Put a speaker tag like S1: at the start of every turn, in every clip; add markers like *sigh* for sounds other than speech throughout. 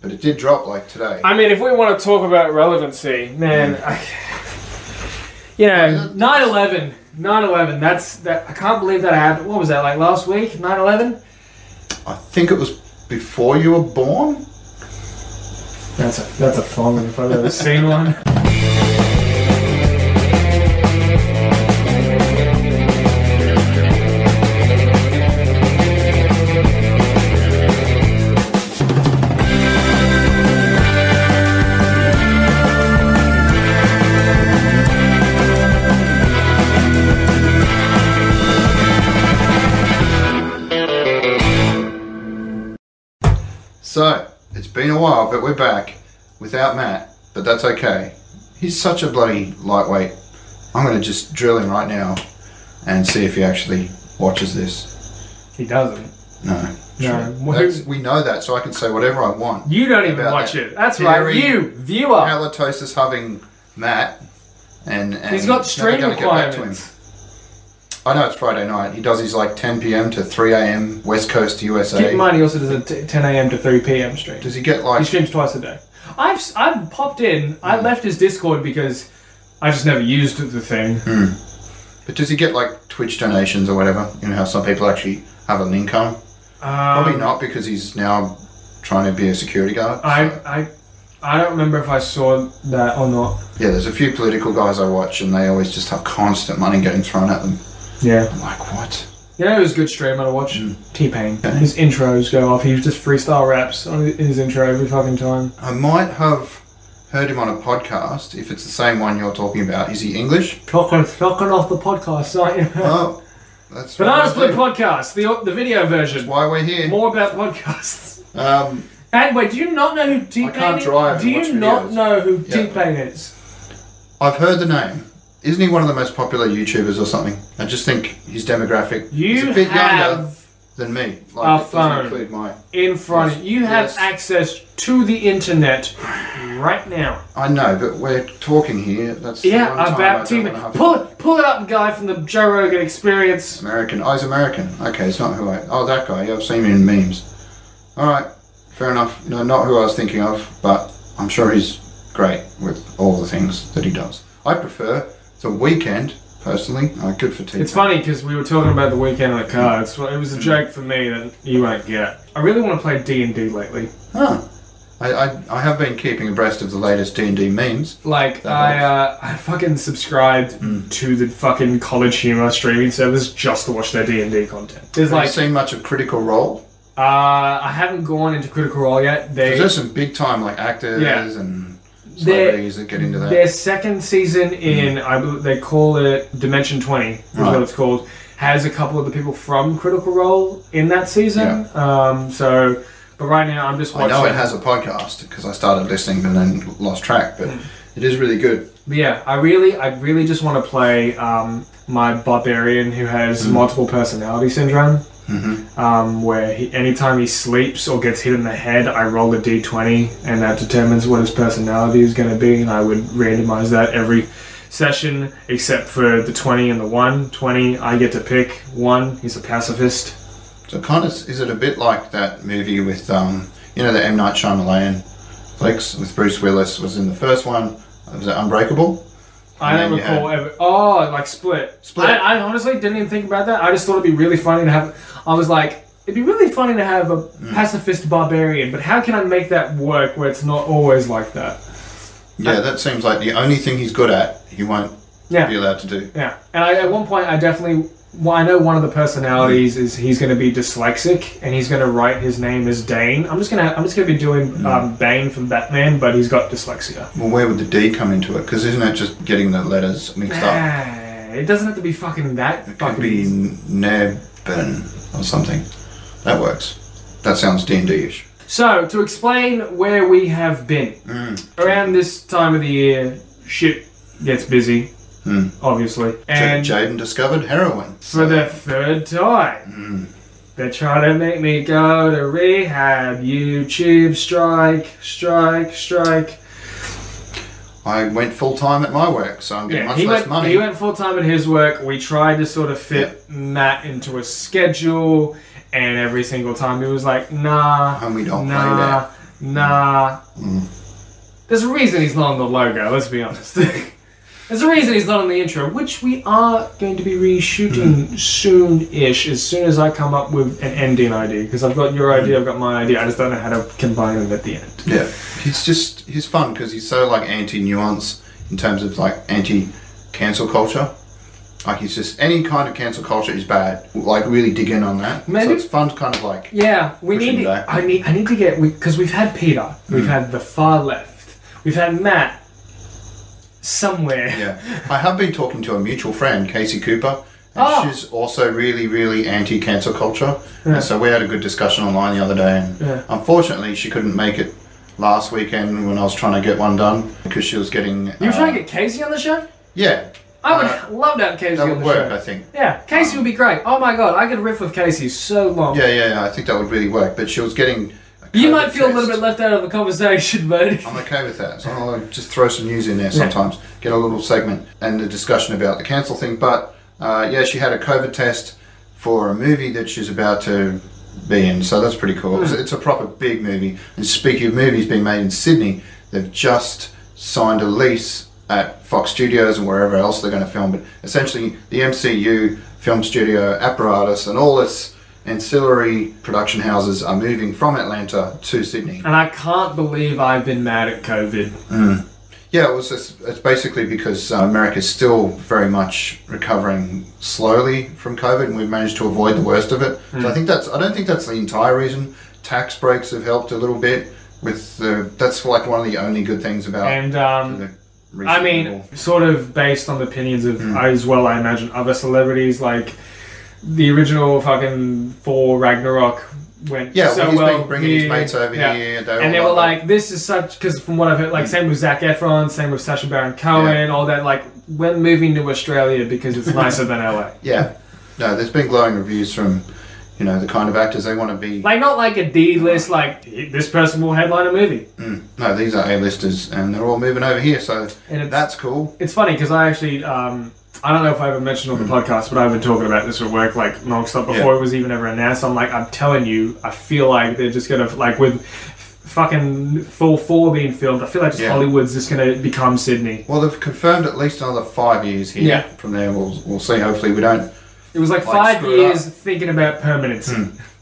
S1: But it did drop like today.
S2: I mean, if we want to talk about relevancy, man, I, you know, 9/11, 9/11. That's that. I can't believe that happened. What was that like last week? 9/11.
S1: I think it was before you were born.
S2: That's a that's a thong if I've ever *laughs* seen one.
S1: So it's been a while, but we're back without Matt. But that's okay. He's such a bloody lightweight. I'm gonna just drill him right now and see if he actually watches this.
S2: He doesn't.
S1: No.
S2: No.
S1: Sure. That's- we know that, so I can say whatever I want.
S2: You don't even
S1: About
S2: watch
S1: that
S2: it. That's right.
S1: theory.
S2: You viewer.
S1: Halitosis hugging Matt, and, and
S2: He's got
S1: never
S2: stream
S1: gonna get back to him.
S2: requirements.
S1: I know it's Friday night. He does his like 10 p.m. to 3 a.m. West Coast
S2: Keep
S1: USA.
S2: in mind, he also does a t- 10 a.m. to 3 p.m. stream.
S1: Does he get
S2: He
S1: like?
S2: streams twice a day. I've s- I've popped in. I left his Discord because I just never used the thing.
S1: But does he get like Twitch donations or whatever? You know how some people actually have an income. Probably
S2: Um,
S1: not because he's now trying to be a security guard.
S2: I
S1: so-
S2: I I don't remember if I saw that or not.
S1: yeah, there's a few political guys I watch, and they always just have constant money getting thrown at them.
S2: Yeah.
S1: I'm like, what?
S2: You know who's a good streamer to watch?
S1: Mm.
S2: T Pain.
S1: Okay.
S2: His intros go off. He just freestyle raps on his intro every fucking time.
S1: I might have heard him on a podcast. If it's the same one you're talking about, is he English?
S2: Talking, talking off the podcast, *laughs* aren't you?
S1: oh, that's
S2: Banana Split
S1: why,
S2: podcast, the the video
S1: that's
S2: version.
S1: why we're here.
S2: More about podcasts. *laughs*
S1: Um,
S2: And wait, do you not know who T Pain is?
S1: can't drive
S2: Do
S1: and
S2: you
S1: watch
S2: not
S1: videos.
S2: know who
S1: Yeah.
S2: T Pain is?
S1: I've heard the name. Isn't he one of the most popular YouTubers or something? I just think his demographic is
S2: You
S1: a bit younger
S2: have
S1: than me. Like,
S2: a
S1: it doesn't
S2: phone.
S1: include my.
S2: in front.
S1: Yes.
S2: You have
S1: Yes.
S2: access to the internet right now.
S1: I know, but we're talking here. That's the
S2: Yeah,
S1: one time
S2: about
S1: I don't
S2: T Pain.
S1: wanna have-
S2: Pull it, pull it up, guy from the Joe Rogan Experience.
S1: American. Oh, he's American. Okay, it's not who I. Oh, that guy. Yeah, I've seen him in memes. All right, fair enough. No, not who I was thinking of, but I'm sure he's great with all the things that he does. I prefer the weekend personally. Uh, good for TV.
S2: It's funny because we were talking about the weekend in the car. It's, it
S1: Mm.
S2: was a joke for me that you won't get. I really want to play D and D lately.
S1: Huh. I, I, I have been keeping abreast of the latest D and D memes.
S2: Like
S1: That Mm.
S2: I, uh, I fucking subscribed to the fucking College Humor streaming service just to watch their D and D content. There's
S1: Have
S2: like,
S1: you seen much of Critical Role?
S2: uh, I haven't gone into Critical Role yet. They
S1: 'Cause there's some big time like actors
S2: Yeah.
S1: and
S2: They're-
S1: celebrities that get into that. Hmm.
S2: Their second season in, I bel they call it Dimension 20, is
S1: Right.
S2: what it's called, has a couple of the people from Critical Role in that season. Um, so, but right now I'm just
S1: I
S2: watching.
S1: know it has a podcast because I started listening and then lost track, but
S2: Hmm.
S1: it is really good.
S2: But yeah, I really, I really just want to play um, my barbarian who has multiple personality syndrome. Um, where he, anytime he sleeps or gets hit in the head, I roll a d20, and that determines what his personality is going to be. And I would randomize that every session, except for the 20 and the 1. 20, I get to pick. 1, he's a pacifist.
S1: So kind of is it a bit like that movie with um you know the M Night Shyamalan flicks with Bruce Willis was in the first one. Was it Unbreakable?
S2: I
S1: And
S2: don't
S1: then you
S2: recall ever. Oh, like Split.
S1: Split.
S2: I, I honestly didn't even think about that. I just thought it'd be really funny to have. I was like, it'd be really funny to have a
S1: Mm.
S2: pacifist barbarian, but how can I make that work where it's not always like that?
S1: Yeah, that seems like the only thing he's good at. He won't be
S2: Yeah,
S1: allowed to do.
S2: yeah. And I, at one point, I definitely. Well, I know one of the personalities is he's going to be dyslexic and he's going to write his name as Dane. I'm just gonna I'm just gonna be
S1: Mm.
S2: doing um, Bane from Batman, but he's got dyslexia.
S1: Well, where would the D come into it? Because isn't that just getting the letters mixed up?
S2: Nah, it doesn't have to be fucking that.
S1: It could
S2: fucking
S1: be Nebben or something. That works. That sounds D and D ish.
S2: So, to explain where we have been, around this time of the year, shit gets busy, obviously. And
S1: Jaden discovered heroin.
S2: for the third time, they're trying to make me go to rehab. YouTube strike, strike, strike.
S1: I went full time at my work, so I'm getting much
S2: he
S1: less
S2: went,
S1: money.
S2: He went full time at his work. We tried to sort of fit Matt into a schedule, and every single time he was like, "Nah,
S1: And we don't play Mm.
S2: nah, Nah. There's a reason he's not on the logo, let's be honest. *laughs* There's a reason he's not on the intro, which we are going to be reshooting
S1: Mm.
S2: soon ish, as soon as I come up with an ending idea. Because I've got your
S1: Mm.
S2: idea, I've got my idea, I just don't know how to combine them at the end.
S1: Yeah, he's just he's fun because he's so like anti-nuance in terms of like anti-cancel culture. Like he's just any kind of cancel culture is bad. Like really dig in on that.
S2: Maybe-
S1: So it's fun to kind of like
S2: Yeah, we
S1: Pushing
S2: need.
S1: back. Hmm.
S2: To, I need. I need to get because we, have had Peter, we've had the far left, we've had Matt somewhere.
S1: yeah. I have been talking to a mutual friend, Casey Cooper, and
S2: Oh.
S1: she's also really really anti-cancel culture.
S2: Yeah.
S1: And so we had a good discussion online the other day, and
S2: Yeah.
S1: unfortunately she couldn't make it last weekend when I was trying to get one done because she was getting.
S2: You were
S1: uh,
S2: trying to get Casey on the show?
S1: Yeah,
S2: I would
S1: Uh,
S2: love to have Casey
S1: that
S2: on
S1: would
S2: the
S1: work.
S2: show.
S1: I think.
S2: Yeah, Casey would be great. Oh my god, I could riff with Casey so long.
S1: Yeah, yeah, yeah, I think that would really work. But she was getting. a
S2: you
S1: COVID
S2: might feel a little
S1: test.
S2: bit left out of the conversation, *laughs* but
S1: I'm okay with that. So I'll just throw some news in there sometimes, get a little segment and a discussion about the cancel thing. But uh, yeah, she had a COVID test for a movie that she's about to be in, so that's pretty cool. It's, it's a proper big movie. And speaking of movies being made in Sydney, they've just signed a lease at Fox Studios and wherever else they're going to film. But essentially, the MCU film studio apparatus and all its ancillary production houses are moving from Atlanta to Sydney.
S2: and I can't believe I've been mad at COVID.
S1: Yeah, it was just, it's basically because uh, America's still very much recovering slowly from COVID, and we've managed to avoid the worst of it.
S2: Hmm.
S1: So I think that's I don't think that's the entire reason. Tax breaks have helped a little bit with the that's like one of the only good things about.
S2: And um,
S1: the
S2: I
S1: recent
S2: mean,
S1: little-
S2: sort of based on the opinions of
S1: Hmm.
S2: as well. I imagine other celebrities like the original fucking Thor Ragnarok went
S1: yeah,
S2: so
S1: well, he's
S2: well
S1: been bringing his
S2: here.
S1: mates over
S2: Yeah.
S1: here, all Hmm.
S2: And they were
S1: love it.
S2: like, "This is such." Because from what I've heard, like same with Zach Efron, same with Sacha Baron Cohen, all that. Like, we're moving to Australia because
S1: *laughs*
S2: it's nicer than LA.
S1: yeah, no, there's been glowing reviews from, you know, the kind of actors they want to be.
S2: Like, not like a D list. Like this person will headline a movie.
S1: Mm, no, these are A-listers, and they're all moving over here, so
S2: And it's-
S1: that's cool.
S2: It's funny because I actually, um, I don't know if I ever mentioned on the
S1: Hmm.
S2: podcast, but I've been talking about this at work like nonstop before it was even ever announced. I'm like, I'm telling you, I feel like they're just gonna like with fucking Full Four being filmed. I feel like just
S1: Yeah.
S2: Hollywood's just gonna become Sydney.
S1: Well, they've confirmed at least another five years here.
S2: Yeah.
S1: From there, we'll, we'll see. Hopefully, we don't.
S2: It was like,
S1: Like,
S2: five
S1: screw it
S2: years thinking about permanency.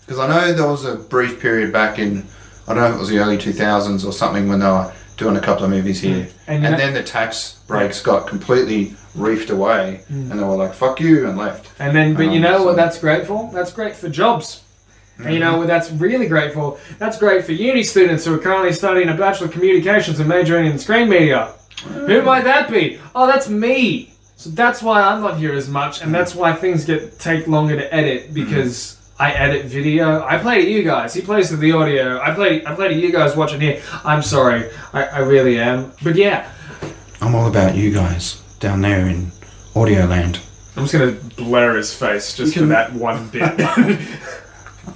S1: Because I know there was a brief period back in, I don't know if it was the early 2000s or something, when they were doing a couple of movies here.
S2: Mm. And
S1: And,
S2: you know-
S1: then the tax breaks got completely reefed away,
S2: Mm.
S1: and they were like, fuck you, and left.
S2: And then, but you
S1: Um,
S2: know
S1: so-
S2: what that's great for? That's great for jobs. And you know what that's really great for? That's great for uni students who are currently studying a Bachelor of Communications and majoring in screen media. Who might that be? Oh, that's me. So that's why I'm not here as much, and that's why things get take longer to edit because I edit video. I play to you guys. He plays to the audio. I play. I play to you guys watching here. I'm sorry. I, I really am. But yeah,
S1: I'm all about you guys down there in audio land.
S2: I'm just gonna blur his face just for that one bit.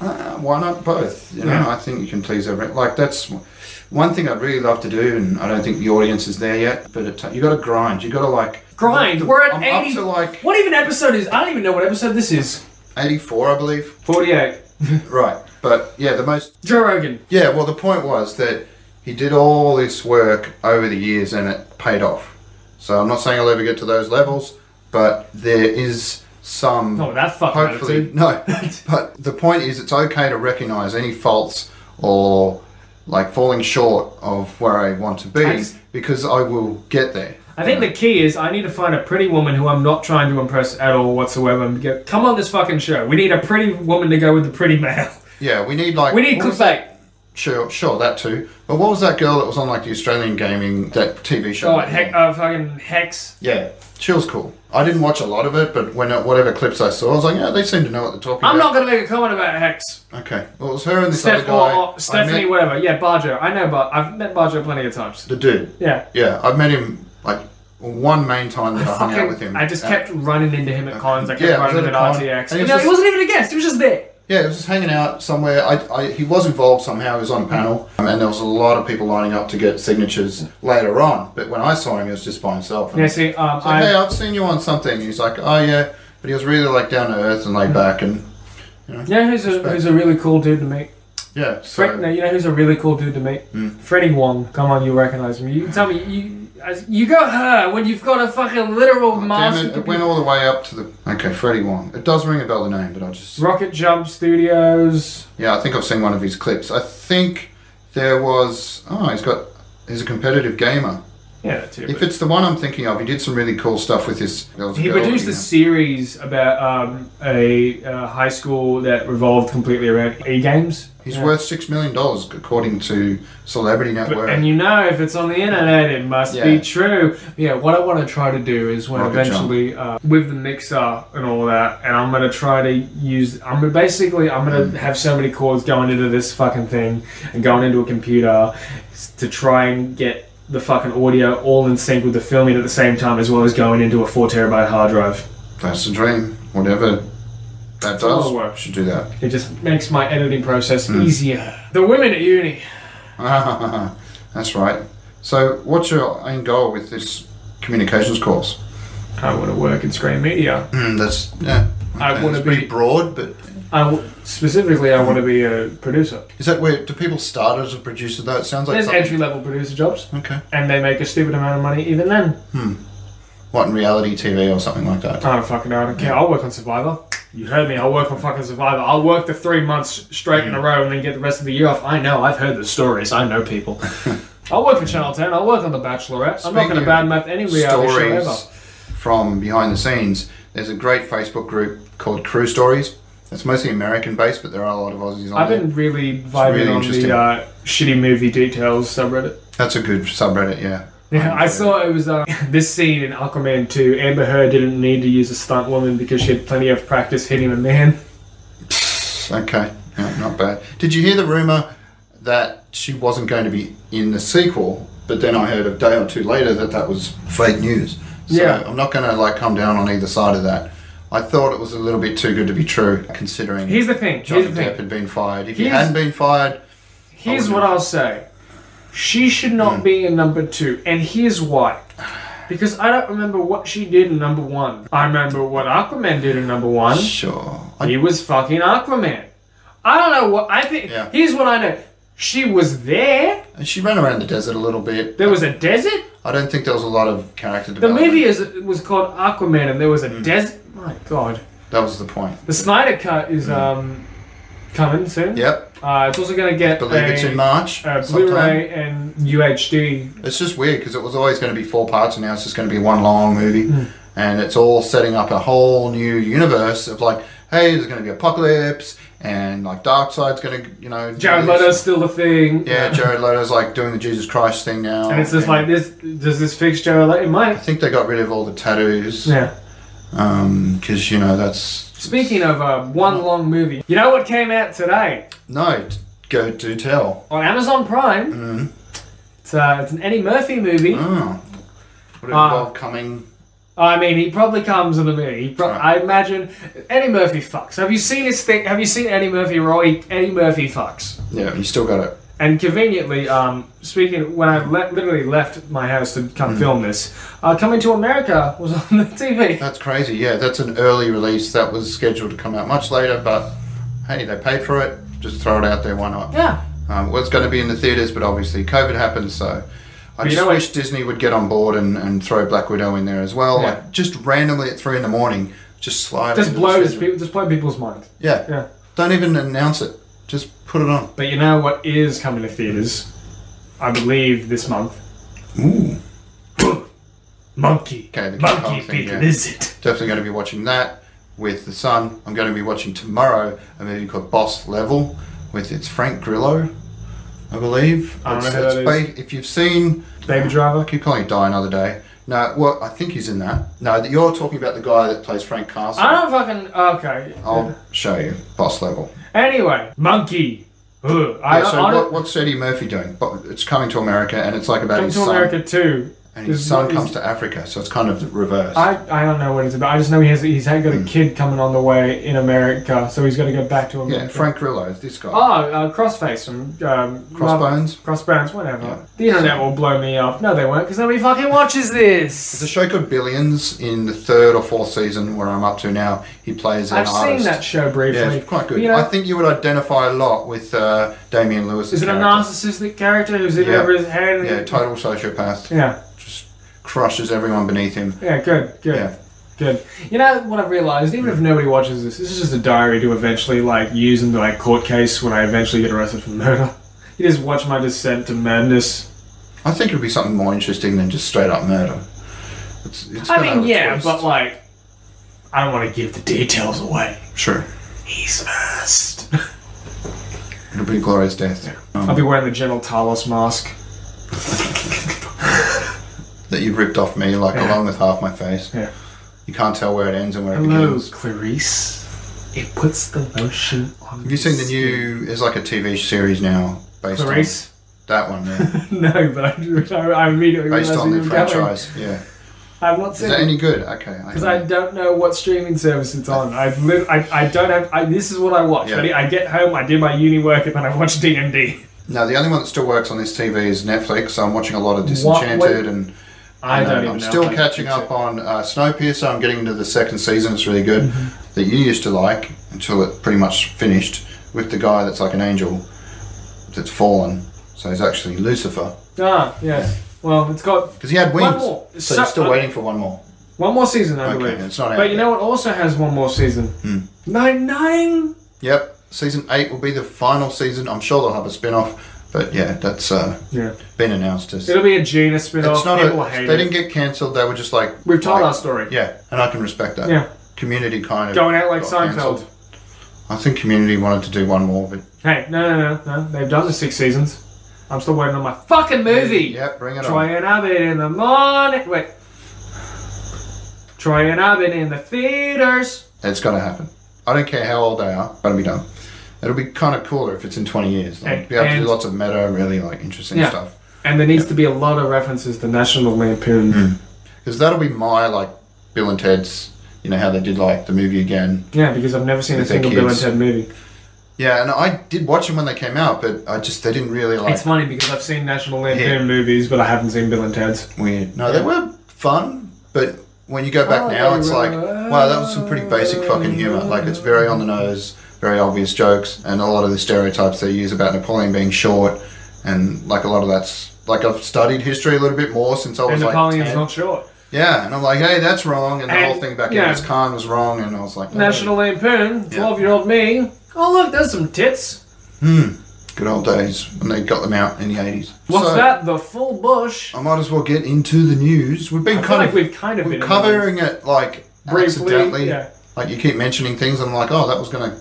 S1: Uh, why not both? You know, I think you can please everyone. Like that's one thing I'd really love to do, and I don't think the audience is there yet. But it ta- you got to grind. You got to like
S2: *laughs* Grind. We're at
S1: I'm up
S2: 80.
S1: to like
S2: What even episode is? I don't even know what episode this is.
S1: 84, I believe.
S2: 48.
S1: Right, but yeah, the most
S2: Joe Rogan.
S1: yeah. Well, the point was that he did all this work over the years, and it paid off. So I'm not saying I'll ever get to those levels, but there is some.
S2: Oh, that fucking
S1: Hopefully,
S2: attitude. *laughs*
S1: no. but the point is, it's okay to recognise any faults or like falling short of where I want to be
S2: I just-
S1: because I will get there.
S2: I think the key is I need to find a pretty woman who I'm not trying to impress at all whatsoever and go, come on this fucking show. We need a pretty woman to go with the pretty male.
S1: Yeah, we need like
S2: We need
S1: what was that?
S2: clickbait.
S1: Sure, sure, that too. But what was that girl that was on like the Australian gaming that TV show?
S2: Oh, heck, uh, fucking Hex.
S1: Yeah, she was cool. I didn't watch a lot of it, but when uh, whatever clips I saw, I was like, yeah, they seem to know what they're talking
S2: I'm not
S1: about.
S2: going to make a comment about Hex.
S1: not. Okay, well, it was her and this
S2: Steph
S1: other guy.
S2: or, or
S1: I
S2: Stephanie,
S1: met-
S2: whatever. Yeah, Barjo. I know, but I've met Barjo plenty of times.
S1: the dude.
S2: Yeah.
S1: Yeah, I've met him like one main time that I, hung out
S2: Fucking-
S1: with him.
S2: I just
S1: Uh,
S2: kept running into him at cons. I kept
S1: Yeah, I was
S2: running into
S1: at a con.
S2: RTX.
S1: And he was
S2: No, he
S1: just-
S2: wasn't even a guest. He was just there.
S1: Yeah, it was just hanging out somewhere. I, I, he was involved somehow. He was on a panel, um, and there was a lot of people lining up to get signatures later on. But when I saw him, he was just by himself. And
S2: Yeah, see, um,
S1: I was like,
S2: I,
S1: hey, I've seen you on something. And he's like, oh yeah, but he was really like down to earth and laid back. And
S2: Yeah, he's a, he's a really cool dude to meet.
S1: Yeah. So
S2: Fred, no, you know who's a really cool dude to meet?
S1: Mm.
S2: Freddie Wong. Come on, you'll recognize me. You tell me you as- you got her when you've got a fucking literal
S1: Oh,
S2: master.
S1: damn it, it went all the way up to the. Okay, Freddie Wong. It does ring a bell the name, but I just.
S2: Rocket Jump Studios.
S1: Yeah, I think I've seen one of his clips. I think there was. Oh, he's got. He's a competitive gamer.
S2: Yeah, that too.
S1: If it's the one I'm thinking of, he did some really cool stuff with his. There was a
S2: He
S1: girl,
S2: produced
S1: you
S2: a
S1: know.
S2: series about um, a uh, high school that revolved completely around e games.
S1: He's
S2: Yeah.
S1: worth six million dollars, according to Celebrity Network.
S2: But, and you know, if it's on the internet, it must
S1: Yeah.
S2: be true. Yeah, what I want to try to do is when
S1: Rocket jump.
S2: eventually uh, with the mixer and all that, and I'm gonna try to use. I'm gonna basically I'm
S1: Mm.
S2: gonna have so many cords going into this fucking thing and going into a computer s- to try and get the fucking audio all in sync with the filming at the same time, as well as going into a four terabyte hard drive.
S1: That's the dream. Whatever that
S2: lot of
S1: does,
S2: work.
S1: should do that. *laughs*
S2: It just makes my editing process
S1: Mm.
S2: easier. The women at uni.
S1: That's right. So, what's your end goal with this communications course?
S2: I want to work in screen media.
S1: Hmm, that's yeah.
S2: I
S1: okay,
S2: wanna
S1: it's pretty
S2: be-
S1: broad, but
S2: I w- specifically, I want to be a producer.
S1: is that where do people start as a producer? Though it sounds like
S2: There's
S1: something-
S2: entry level producer jobs,
S1: Okay.
S2: and they make a stupid amount of money even then.
S1: What in reality TV or something like that?
S2: I don't fucking know. I don't care. I'll work on Survivor. You heard me. I'll work on fucking Survivor. I'll work the three months straight
S1: Mm.
S2: in a row and then get the rest of the year off. I know. I've heard the stories. I know
S1: *laughs*
S2: people. I'll work for Channel 10. I'll work on The Bachelorette. I'm not going
S1: Speaking
S2: to badmouth any reality show ever.
S1: Stories from behind the scenes. There's a great Facebook group called Crew Stories. It's mostly American based, but there are a lot of Aussies on
S2: I've
S1: there.
S2: been really vibing
S1: really
S2: on
S1: interesting.
S2: the uh, shitty movie details subreddit.
S1: That's a good subreddit, yeah.
S2: Yeah, I saw it was uh, *laughs* this scene in Aquaman 2. Amber Heard didn't need to use a stunt woman because she had plenty of practice hitting a man. *laughs*
S1: Okay, no, not bad. Did you hear the rumor that she wasn't going to be in the sequel? But then I heard a day or two later that that was fake news. So
S2: Yeah.
S1: I'm not going to like come down on either side of that. I thought it was a little bit too good to be true, considering
S2: Here's the thing.
S1: Johnny
S2: Here's the thing.
S1: Depp had been fired. If he
S2: Here's-
S1: hadn't been fired,
S2: Here's
S1: I
S2: what I'll say. She should
S1: Hmm.
S2: not be in number two, and here's why. Because I don't remember what she did in number one. I remember what Aquaman did in number one.
S1: sure, I,
S2: He was fucking Aquaman. I don't know what I think.
S1: Yeah.
S2: Here's what I know. She was there.
S1: she ran around the desert a little bit.
S2: There was a desert.
S1: I don't think there was a lot of character
S2: The
S1: development.
S2: movie is was called Aquaman, and there was a
S1: Hmm.
S2: desert. My God.
S1: that was the point.
S2: The Snyder Cut
S1: Mm.
S2: is um coming soon.
S1: Yep,
S2: Uh, it's also gonna get
S1: believe
S2: a,
S1: it's in March.
S2: a
S1: sometime.
S2: Uh, Blu-ray and UHD
S1: It's just weird because it was always going to be four parts, and now it's just going to be one long movie, and it's all setting up a whole new universe of like, hey, there's going to be apocalypse, and like Dark Side's going to, you know, do
S2: Jared
S1: this.
S2: Leto's still the thing.
S1: Yeah, Jared Leto's like doing the Jesus Christ thing now,
S2: And it's just like this. Does this fix Jared Leto? It
S1: I
S2: might.
S1: think they got rid of all the tattoos,
S2: Yeah.
S1: um, because you know that's
S2: Speaking of uh, one long movie, you know what came out today
S1: no, t- go do tell.
S2: on Amazon Prime?
S1: Mm.
S2: It's, uh, it's an Eddie Murphy movie.
S1: Oh. Would it
S2: Ah.
S1: involve coming?
S2: I mean, he probably comes in the movie. He pro- I imagine Eddie Murphy fucks. Have you seen his thing? Have you seen Eddie Murphy? Roy Eddie Murphy fucks.
S1: Yeah, you still got it.
S2: And conveniently, um, speaking, when I le- literally left my house to come
S1: Hmm.
S2: film this, uh, Coming to America was on the TV.
S1: That's crazy. Yeah, that's an early release that was scheduled to come out much later, but hey, they paid for it. Just throw it out there. Why not?
S2: Yeah.
S1: Um, well, it's going to be in the theaters, but obviously COVID happened, so I
S2: you
S1: just
S2: know what-
S1: wish Disney would get on board and, and throw Black Widow in there as well.
S2: Yeah.
S1: Like just randomly at three in the morning, just slide. it
S2: Just
S1: into the
S2: blows
S1: schedule.
S2: people. Just blow people's minds.
S1: Yeah.
S2: Yeah.
S1: Don't even announce it. Just put it on.
S2: But you know what is coming to theaters? I believe this month.
S1: Ooh.
S2: Monkey.
S1: Okay, the
S2: Monkey
S1: King Kong thing,
S2: Pete
S1: yeah.
S2: Lizard.
S1: Definitely going to be watching that with the Sun. I'm going to be watching tomorrow a movie called Boss Level with it's Frank Grillo, I believe.
S2: I don't
S1: It's-
S2: know who
S1: it's
S2: that
S1: ba- If you've seen,
S2: Baby
S1: I
S2: Driver.
S1: keep calling it Die Another Day. No, well, I think he's in that. No, that you're talking about the guy that plays Frank Castle.
S2: I don't fucking. Okay.
S1: I'll show you Boss Level.
S2: Anyway, Monkey. Ugh. I,
S1: Yeah, so
S2: I don't.
S1: what, what's Eddie Murphy doing? Bo- It's coming to America, and it's like about
S2: Come
S1: his
S2: to
S1: son.
S2: America 2.
S1: and his
S2: Is-
S1: son
S2: is-
S1: comes to Africa, so it's kind of the reverse.
S2: I, I don't know what it's about. I just know he has he's had
S1: Hmm.
S2: got a kid coming on the way in America, so he's got to go back to America.
S1: yeah, Frank Grillo is this guy.
S2: Oh, uh, Crossface from um, Marvel-
S1: Crossbones.
S2: Crossbones, whatever.
S1: Yeah.
S2: The internet will blow me up. No, they won't, because nobody fucking watches
S1: There's a
S2: this.
S1: show called Billions in the third or fourth season where I'm up to now. He plays an
S2: I've
S1: artist.
S2: seen that show briefly.
S1: Yeah, it's quite good.
S2: You know,
S1: I think you would identify a lot with uh, Damien Lewis.
S2: is it a narcissistic character who's in
S1: Yeah.
S2: over his head?
S1: Yeah, total sociopath.
S2: yeah,
S1: Just crushes everyone beneath him.
S2: yeah, good, good.
S1: Yeah.
S2: Good. You know what I've realized? Even if nobody watches this, this is just a diary to eventually like use in the like court case when I eventually get arrested for murder. You just watch my descent to madness.
S1: I think it would be something more interesting than just straight up murder. It's, it's
S2: I
S1: gonna have
S2: mean,
S1: a
S2: yeah,
S1: twist.
S2: but like, I don't want to give the details away.
S1: Sure.
S2: He's first.
S1: It'll be a glorious death.
S2: I'll be wearing the General Talos mask.
S1: That you've ripped off me, like, along with half my face.
S2: Yeah.
S1: You can't tell where it ends and where it
S2: Hello,
S1: begins.
S2: Clarice. It puts the lotion on.
S1: Have you seen the new? There's like a TV series now based
S2: Clarice?
S1: on that one, yeah.
S2: *laughs* no, but I, I immediately
S1: based
S2: realized
S1: on
S2: you
S1: the
S2: were going.
S1: franchise. Yeah.
S2: I've not
S1: Is
S2: seen.
S1: that
S2: it.
S1: any good? Okay. I
S2: Because I don't know what streaming service it's on. I've li- I, I don't have. I, this is what I watch.
S1: Yeah.
S2: Ready? I get home, I do my uni work, and then I watch DMD.
S1: no, the only one that still works on this TV is Netflix. So I'm watching a lot of
S2: What-
S1: Disenchanted,
S2: wait.
S1: and
S2: I
S1: and,
S2: don't
S1: um,
S2: even
S1: I'm
S2: know.
S1: still
S2: if I
S1: catching
S2: fix
S1: up
S2: it.
S1: on uh, Snowpiercer. I'm getting into the second season. It's really good.
S2: Mm-hmm.
S1: That you used to like until it pretty much finished with the guy that's like an angel that's fallen. So he's actually Lucifer
S2: Ah, yes. Well, it's got
S1: because he had
S2: One
S1: wings.
S2: more.
S1: So you're
S2: So-
S1: still
S2: uh,
S1: waiting for one more.
S2: one more season, I
S1: Okay, Hmm.
S2: believe.
S1: it's not out
S2: But you
S1: yet.
S2: know what? Also has one more season. Nine nine.
S1: Yep, season eight will be the final season. I'm sure they'll have a spin off, but yeah, that's uh,
S2: Yeah.
S1: been announced as.
S2: It'll be a Gina spin-off.
S1: It's not
S2: People
S1: a,
S2: hate
S1: they
S2: it.
S1: didn't get cancelled. They were just like
S2: We've told
S1: like-
S2: our story.
S1: Yeah, and I can respect that.
S2: Yeah.
S1: community kind of
S2: Going out like
S1: got
S2: Seinfeld.
S1: cancelled. I think Community wanted to do one more, but
S2: Hey, no, no, no, no. They've done the six seasons. I'm still waiting on my fucking movie.
S1: yeah, bring it
S2: Try
S1: on.
S2: and have it in the morning. Wait. Try and have it in the theaters.
S1: It's gonna happen. I don't care how old they are. Gonna be done. It'll be kind of cooler if it's in 20 years. Like,
S2: And-
S1: be able to
S2: and-
S1: do lots of meta, really like interesting
S2: Yeah.
S1: stuff.
S2: And there needs to be a lot of references to National Lampoon.
S1: Hmm. Because that'll be my like Bill and Ted's. You know how they did like the movie again.
S2: Yeah, because I've never seen a
S1: With their
S2: single Bill and
S1: kids.
S2: Ted movie.
S1: Yeah, and I did watch them when they came out, but I just they didn't really like
S2: It's funny because I've seen National Lampoon movies, but I haven't seen Bill and Ted's.
S1: weird. No, they were fun, but when you go back
S2: Oh,
S1: now,
S2: they
S1: it's
S2: were-
S1: like, wow, that was some pretty basic fucking humor. Like, it's very on the nose, very obvious jokes, and a lot of the stereotypes they use about Napoleon being short, and like a lot of that's like I've studied history a little bit more since I was
S2: And
S1: like,
S2: Napoleon's
S1: 10.
S2: not short.
S1: yeah, and I'm like, hey, that's wrong, and the
S2: And-
S1: whole thing back
S2: yeah.
S1: in his Khan was wrong, and I was like, oh,
S2: National Lampoon, 12 year old me. Oh, look, there's some tits.
S1: good old days when they got them out in the 80s.
S2: What's
S1: So,
S2: that? The full bush.
S1: I might as well get into the news. We've been
S2: I feel
S1: kind
S2: like
S1: of
S2: we've kind of
S1: we're
S2: been in
S1: covering it like
S2: Briefly,
S1: accidentally.
S2: yeah.
S1: Like you keep mentioning things, and I'm like, oh, that was gonna.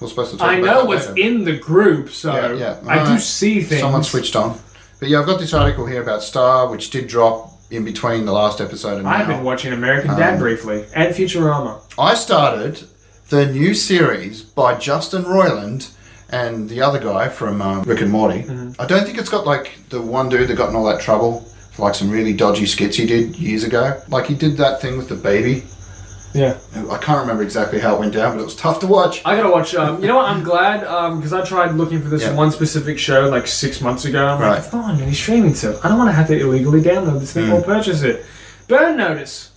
S1: We're supposed to talk
S2: I
S1: about
S2: know
S1: that
S2: what's
S1: later.
S2: in the group, so
S1: Yeah, yeah.
S2: I do
S1: Alright.
S2: see things.
S1: Someone switched on, but yeah, I've got this article here about Star, which did drop in between the last episode and
S2: I've
S1: now.
S2: been watching American
S1: Um,
S2: Dad briefly and Futurama.
S1: I started the new series by Justin Roiland and the other guy from um, Rick and Morty.
S2: Mm-hmm.
S1: I don't think it's got like the one dude that got in all that trouble for like some really dodgy skits he did years ago. Like he did that thing with the baby.
S2: Yeah,
S1: I can't remember exactly how it went down, but it was tough to watch.
S2: I gotta watch. Um, you know what? I'm glad because I tried looking for this
S1: Yeah.
S2: one specific show like six months ago. I'm
S1: Right.
S2: like, it's not on any streaming service. I don't want to have to illegally download this thing or
S1: Mm.
S2: purchase it. Burn Notice.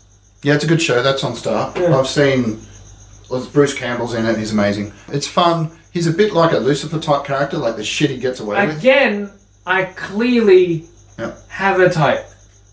S1: Yeah, it's a good show. That's on Star.
S2: Yeah.
S1: I've seen. Well, it's Bruce Campbell's in it. He's amazing. It's fun. He's a bit like a Lucifer type character, like the shit he gets away with.
S2: Again, I clearly
S1: Yeah.
S2: have a type.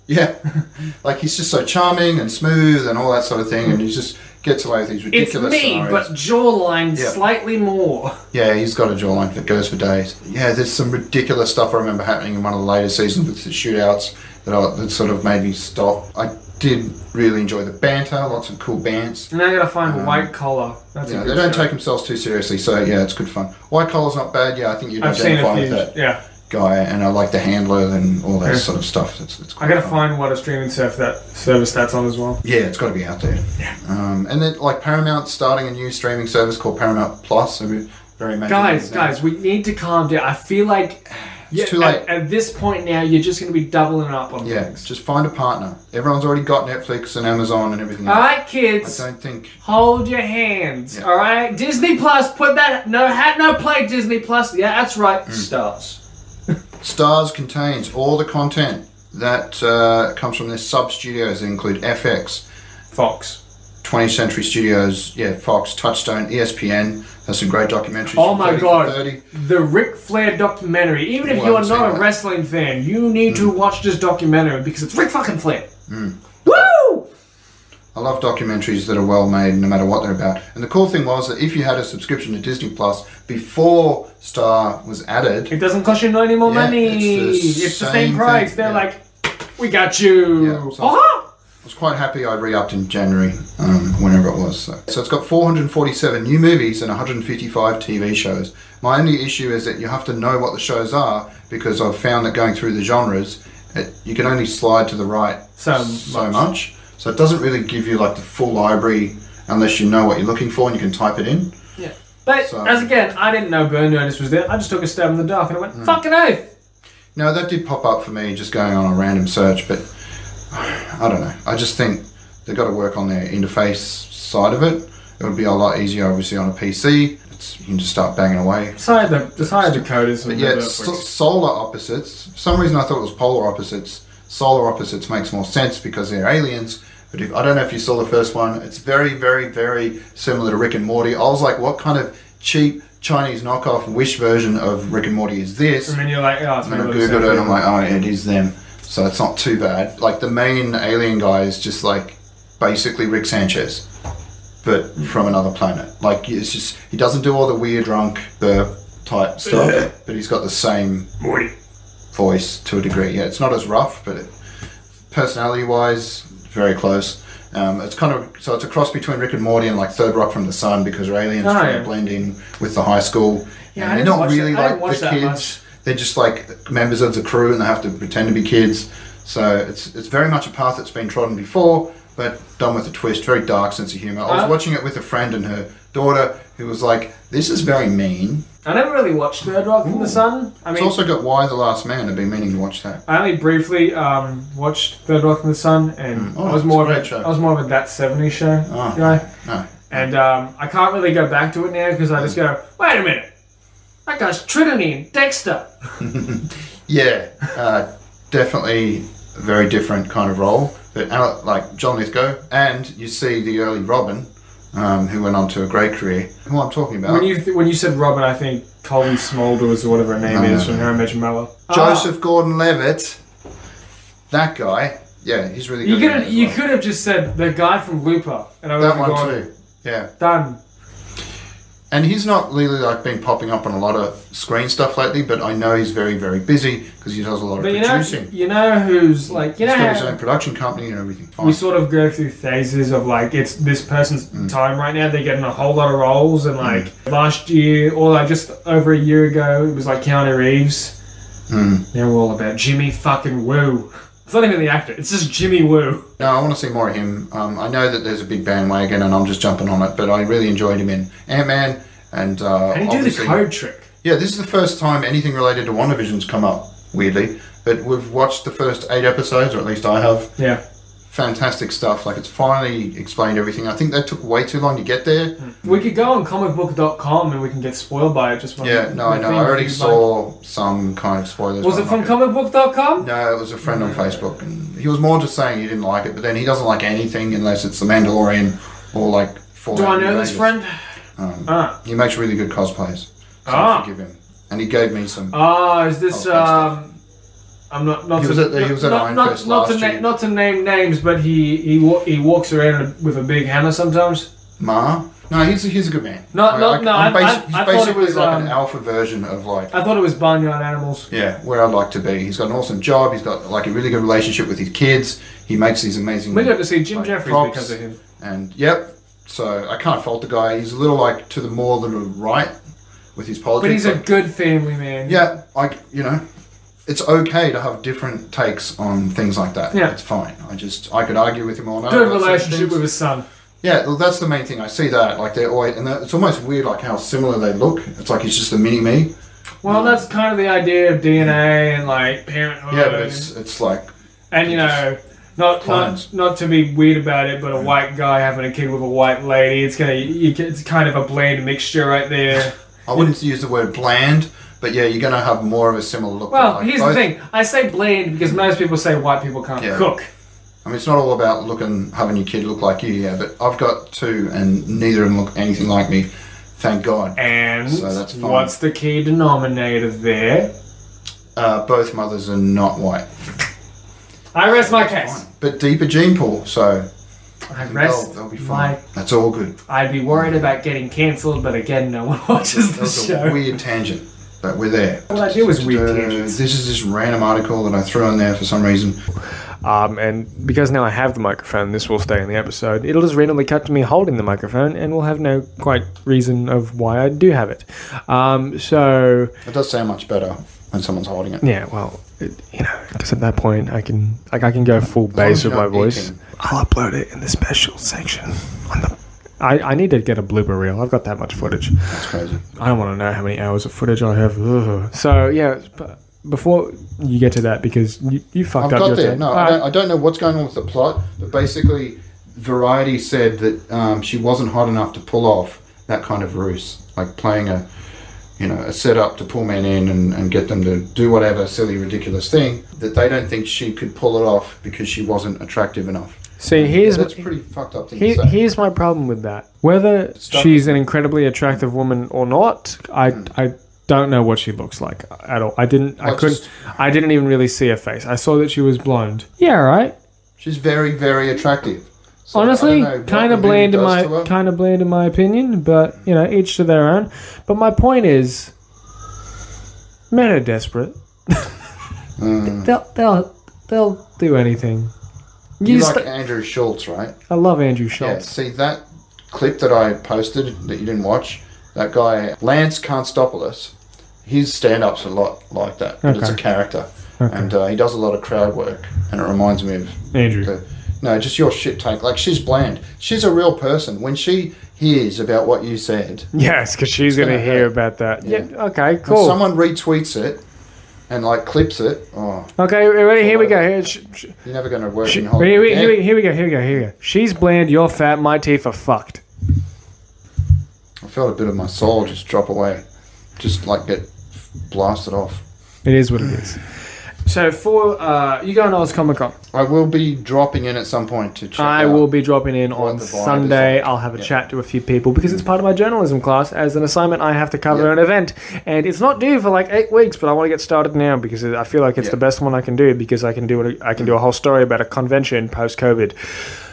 S1: Yeah, *laughs* like he's just so charming and smooth and all that sort of thing, and he just gets away with these
S2: It's
S1: ridiculous
S2: me,
S1: scenarios.
S2: but jawline
S1: Yeah.
S2: slightly more.
S1: Yeah, he's got a jawline that goes for days. Yeah, there's some ridiculous stuff I remember happening in one of the later seasons with the shootouts that I, that sort of made me stop. I did really enjoy the banter, lots of cool bants.
S2: Now I gotta find White Collar. That's
S1: Um, Yeah,
S2: a
S1: they
S2: good
S1: don't
S2: show.
S1: take themselves too seriously, so yeah, it's good fun. White collar's not bad. Yeah, I think you'd
S2: I've seen
S1: identify
S2: a
S1: with
S2: few.
S1: that
S2: Yeah.
S1: guy, and I like the handler and all that
S2: Yeah.
S1: sort of stuff. It's, it's
S2: I
S1: quite
S2: gotta
S1: fun.
S2: find what a streaming surf that service that's on as well.
S1: Yeah, it's got to be out there. Yeah. Um, and then like Paramount's starting a new streaming service called Paramount Plus. So we're very amazing.
S2: Guys, guys, we need to calm down. I feel like
S1: uh, It's
S2: Yeah,
S1: too late.
S2: At, at this point now, you're just going to be doubling up on
S1: yeah,
S2: things.
S1: just find a partner. Everyone's already got Netflix and Amazon and everything.
S2: All
S1: else.
S2: right, kids.
S1: I don't think.
S2: Hold your hands,
S1: Yeah.
S2: all right? Disney Plus, put that no had no play Disney Plus. Yeah, that's
S1: Mm.
S2: right. Stars.
S1: Stars contains all the content that uh, comes from their sub studios. They include FX,
S2: Fox.
S1: 20th Century Studios, yeah, Fox, Touchstone, E ESPN. There's some great documentaries.
S2: Oh
S1: from
S2: my
S1: 30 for
S2: God.
S1: 30.
S2: The Ric Flair documentary. Even if
S1: Well,
S2: you
S1: Oh, I
S2: are
S1: haven't seen
S2: not a
S1: that. Mm.
S2: wrestling fan, you need to watch this documentary because it's Ric fucking Flair. Woo!
S1: I love documentaries that are well made, no matter what they're about. And the cool thing was that if you had a subscription to Disney Plus before Star was added,
S2: It doesn't cost you no any more
S1: Yeah,
S2: money.
S1: it's
S2: It's
S1: the
S2: the,
S1: same
S2: same, price.
S1: thing,
S2: They're
S1: yeah.
S2: like, we got you.
S1: Yeah, so-
S2: Uh-huh.
S1: I was quite happy I re-upped in January, um, whenever it was. So. so it's got 447 new movies and 155 TV shows. My only issue is that you have to know what the shows are because I've found that going through the genres, it, you can only slide to the right
S2: So
S1: so much. So it doesn't really give you like the full library unless you know what you're looking for and you can type it in.
S2: Yeah. But
S1: So-
S2: as again, I didn't know Burn Notice was there. I just took a stab in the dark and I went,
S1: Hmm.
S2: fucking oath.
S1: No, that did pop up for me just going on a random search, but I don't know. I just think they've got to work on their interface side of it. It would be a lot easier, obviously, on a PC. It's, you can just start banging away.
S2: Decided the decided the coders and
S1: Yeah,
S2: the
S1: it's so- solar opposites. For some reason, I thought it was polar opposites. Solar opposites makes more sense because they're aliens. But if, I don't know if you saw the first one. It's very, very, very similar to Rick and Morty. I was like, what kind of cheap Chinese knockoff Wish version of Rick and Morty is this?
S2: and then you're like, oh, it's
S1: And I
S2: not
S1: googled it and I'm like, oh, it is them. So it's not too bad. Like the main alien guy is just like basically Rick Sanchez, but
S2: Hmm.
S1: from another planet. Like it's just he doesn't do all the weird drunk burp type stuff, but he's got the same
S2: Morty.
S1: voice to a degree. Yeah, it's not as rough, but it, personality wise, very close. Um, it's kind of so it's a cross between Rick and Morty and like Third Rock from the Sun because they're aliens
S2: Oh,
S1: trying
S2: yeah.
S1: to blend in with the high school. And
S2: Yeah, I
S1: they're
S2: didn't
S1: not
S2: watch
S1: really
S2: that- I didn't
S1: like
S2: watch
S1: the
S2: that
S1: kids.
S2: much.
S1: They're just like members of the crew and they have to pretend to be kids. So it's it's very much a path that's been trodden before, but done with a twist. Very dark sense of humor. I was
S2: Uh.
S1: watching it with a friend and her daughter, who was like, "This is very mean."
S2: I never really watched Third Rock from
S1: Ooh.
S2: the Sun. I
S1: It's
S2: mean,
S1: also got Why the Last Man. I've been meaning to watch that.
S2: I only briefly um, watched Third Rock from the Sun,
S1: Mm.
S2: and
S1: Oh,
S2: I was
S1: it's a
S2: more of
S1: great
S2: a,
S1: show.
S2: I was more of a that '70s show
S1: Oh.
S2: guy,
S1: No.
S2: and um, I can't really go back to it now because I just go, wait a minute, that guy's Trinity and Dexter.
S1: Yeah, uh, definitely a very different kind of role. But Ale- like John Lithgow, and you see the early Robin, um, who went on to a great career. Who I'm talking about?
S2: When you th- when you said Robin, I think Colin Smulders or whatever her name
S1: No,
S2: is
S1: no,
S2: from How I Met Your Mother. Ah,
S1: Joseph Gordon-Levitt, that guy. Yeah, he's really good.
S2: Ah, you
S1: in
S2: could
S1: it
S2: have,
S1: as
S2: you
S1: well.
S2: could have just said the guy from Looper, and I would
S1: that
S2: have
S1: one
S2: gone,
S1: too. Yeah,
S2: Done.
S1: and he's not really like been popping up on a lot of screen stuff lately, but I know he's very very busy because he does a lot of
S2: But you know,
S1: producing.
S2: you know who's like you know
S1: he's got his
S2: how-
S1: own production company and everything. Fine.
S2: we sort of go through phases of like it's this person's
S1: Mm.
S2: time right now. They're getting a whole lot of roles, and like last year or like just over a year ago, it was like Keanu Reeves.
S1: Mm.
S2: Now we're all about Jimmy fucking Woo. It's not even the actor; it's just Jimmy Woo.
S1: No, I want to see more of him. Um, I know that there's a big bandwagon, and I'm just jumping on it. But I really enjoyed him in Ant Man, and uh,
S2: And he do the
S1: obviously-
S2: code trick.
S1: yeah, this is the first time anything related to WandaVision's come up. Weirdly, but we've watched the first eight episodes, or at least I have.
S2: Yeah,
S1: Fantastic stuff. Like it's finally explained everything. I think they took way too long to get there.
S2: we could go on comicbook.com and we can get spoiled by it. Just from
S1: Yeah, no, I
S2: the
S1: know.
S2: thing
S1: I already
S2: like-
S1: saw some kind of spoilers.
S2: Was
S1: but
S2: it
S1: I'm
S2: from
S1: not
S2: Hmm.
S1: gonna-
S2: comicbook.com?
S1: No, it was a friend on Facebook, and he was more just saying he didn't like it. But then he doesn't like anything unless it's The Mandalorian or like. Fallout
S2: Do I
S1: New
S2: know this
S1: Vegas.
S2: friend?
S1: Um,
S2: Ah,
S1: He makes really good cosplays. So
S2: Ah.
S1: forgive him. And he gave me some.
S2: ah, is this
S1: Oh, thanks,
S2: um? I'm not not
S1: He
S2: to,
S1: was at the- he
S2: not-
S1: was at
S2: not,
S1: Iron
S2: not,
S1: Fist
S2: not to
S1: last
S2: na-
S1: year.
S2: not to name names, but he he wa- he walks around with a big hammer sometimes.
S1: Ma. No, he's, he's a good man.
S2: No, no, no,
S1: I'm
S2: I- I-
S1: he's
S2: I thought it
S1: basically
S2: was,
S1: like
S2: um,
S1: an alpha version of like.
S2: I thought it was barnyard animals.
S1: Yeah, where I'd like to be. He's got an awesome job. He's got like a really good relationship with his kids. He makes these amazing.
S2: We got to see Jim
S1: like,
S2: Jeffries
S1: props.
S2: because of him.
S1: And yep. So I can't fault the guy. He's a little like to the more than a right with his politics.
S2: But he's a
S1: like,
S2: good family man.
S1: yeah, like you know, it's okay to have different takes on things like that.
S2: Yeah.
S1: it's fine. I just I could argue with him all night.
S2: Good
S1: about certain
S2: relationship
S1: things.
S2: with his son.
S1: Yeah, well, that's the main thing. I see that like they're always, and that- it's almost weird like how similar they look. It's like he's just a mini me,
S2: Well, that's kind of the idea of DNA and like parenthood.
S1: Yeah, but it's it's like
S2: and you know, not, not
S1: clones.
S2: not to be weird about it, but
S1: Mm.
S2: a white guy having a kid with a white lady, it's gonna you, can- it's kind of a bland mixture
S1: *laughs*
S2: right there.
S1: I wouldn't use the word bland, but yeah, you're gonna have more of a similar look.
S2: *laughs* Well,
S1: like
S2: here's
S1: both.
S2: the thing. I say bland because most people say white people can't
S1: Yeah.
S2: cook.
S1: I mean, it's not all about looking having your kid look like you, yeah. But I've got two, and neither of them look anything like me. Thank God.
S2: And
S1: So that's fine.
S2: what's the key denominator there?
S1: Uh, both mothers are not white,
S2: I rest my case.
S1: but deeper gene pool, so
S2: I
S1: they'll,
S2: rest
S1: they'll be fine.
S2: my.
S1: That's all
S2: *laughs*
S1: good.
S2: I'd be worried about getting cancelled, but again, no one *laughs* watches
S1: That
S2: the
S1: was a
S2: show.
S1: weird tangent, but we're there. Uh,
S2: All I do is weird tangents.
S1: This is this random article that I threw in there for some reason.
S2: Um, and because now I have the microphone, this will stay in the episode. It'll just randomly cut to me holding the microphone, and we'll have no quite reason of why I do have it. Um, so
S1: It does sound much better when someone's holding it.
S2: yeah, well, it, you know, because at that point I can like I can go full
S1: long
S2: bass
S1: as you're
S2: with my
S1: not
S2: voice.
S1: eating.
S2: I'll upload it in the special section on the. I, I need to get a blooper reel. I've got that much footage.
S1: That's crazy.
S2: I don't want to know how many hours of footage I have. Ugh. So yeah, but before you get to that, because you, you
S1: I've
S2: fucked up
S1: got
S2: your
S1: there.
S2: thing.
S1: No, I, don't, I don't know what's going on with the plot, but basically, Variety said that um, she wasn't hot enough to pull off that kind of ruse, like playing a, you know, a setup to pull men in and, and get them to do whatever silly, ridiculous thing. That they don't think she could pull it off because she wasn't attractive enough.
S2: See, here's
S1: That's a pretty fucked up thing
S2: Here,
S1: to say.
S2: here's my problem with that. Whether
S1: Stop
S2: she's an incredibly attractive woman or not, I I don't know what she looks like at all. I didn't I
S1: Mm. Well,
S2: couldn't
S1: just-
S2: I didn't even really see her face. I saw that she was blonde. Yeah, right.
S1: She's very, very attractive. So, I don't
S2: Honestly,
S1: know what
S2: kind
S1: the
S2: of
S1: movie
S2: bland in
S1: does
S2: my
S1: to her.
S2: kind of bland in my opinion, but you know, each to their own. But my point is men are desperate.
S1: Mm.
S2: They'll they'll they'll do anything. You
S1: You like
S2: st-
S1: Andrew Schultz, right?
S2: I love Andrew
S1: Yeah,
S2: Schultz.
S1: see that clip that I posted that you didn't watch. That guy Lance Constopoulos, his stand-ups a lot like that, but it's a
S2: Okay.
S1: character, and uh, he does a lot of crowd work, and it reminds me of
S2: Andrew.
S1: the, no, just your shit take. Like she's bland. She's a real person. When she hears about what you said,
S2: Yes, because she's going to
S1: gonna
S2: hear
S1: hurt.
S2: about that. Yeah.
S1: Yeah.
S2: okay.
S1: when
S2: Cool.
S1: someone retweets it and like clips it, oh,
S2: okay. Ready? Here we go. Here, sh- sh-
S1: you're never going to work
S2: sh-
S1: in Hollywood.
S2: here, we,
S1: again.
S2: here, we, here we go. Here we go. Here we go. She's bland. You're fat. My teeth are fucked.
S1: I felt a bit of my soul just drop away, just like get blasted off.
S2: It is what it is. So for uh, you going to Oz Comic Con,
S1: I will be dropping in at some point to check.
S2: I
S1: out.
S2: will be dropping in
S1: what
S2: on
S1: the vibe is
S2: Sunday.
S1: like.
S2: I'll have a
S1: Yeah.
S2: chat to a few people because it's part of my journalism class as an assignment. I have to cover
S1: Yeah.
S2: an event, and it's not due for like eight weeks, but I want to get started now because I feel like it's
S1: Yeah.
S2: the best one I can do because I can do it. I can do a whole story about a convention post COVID.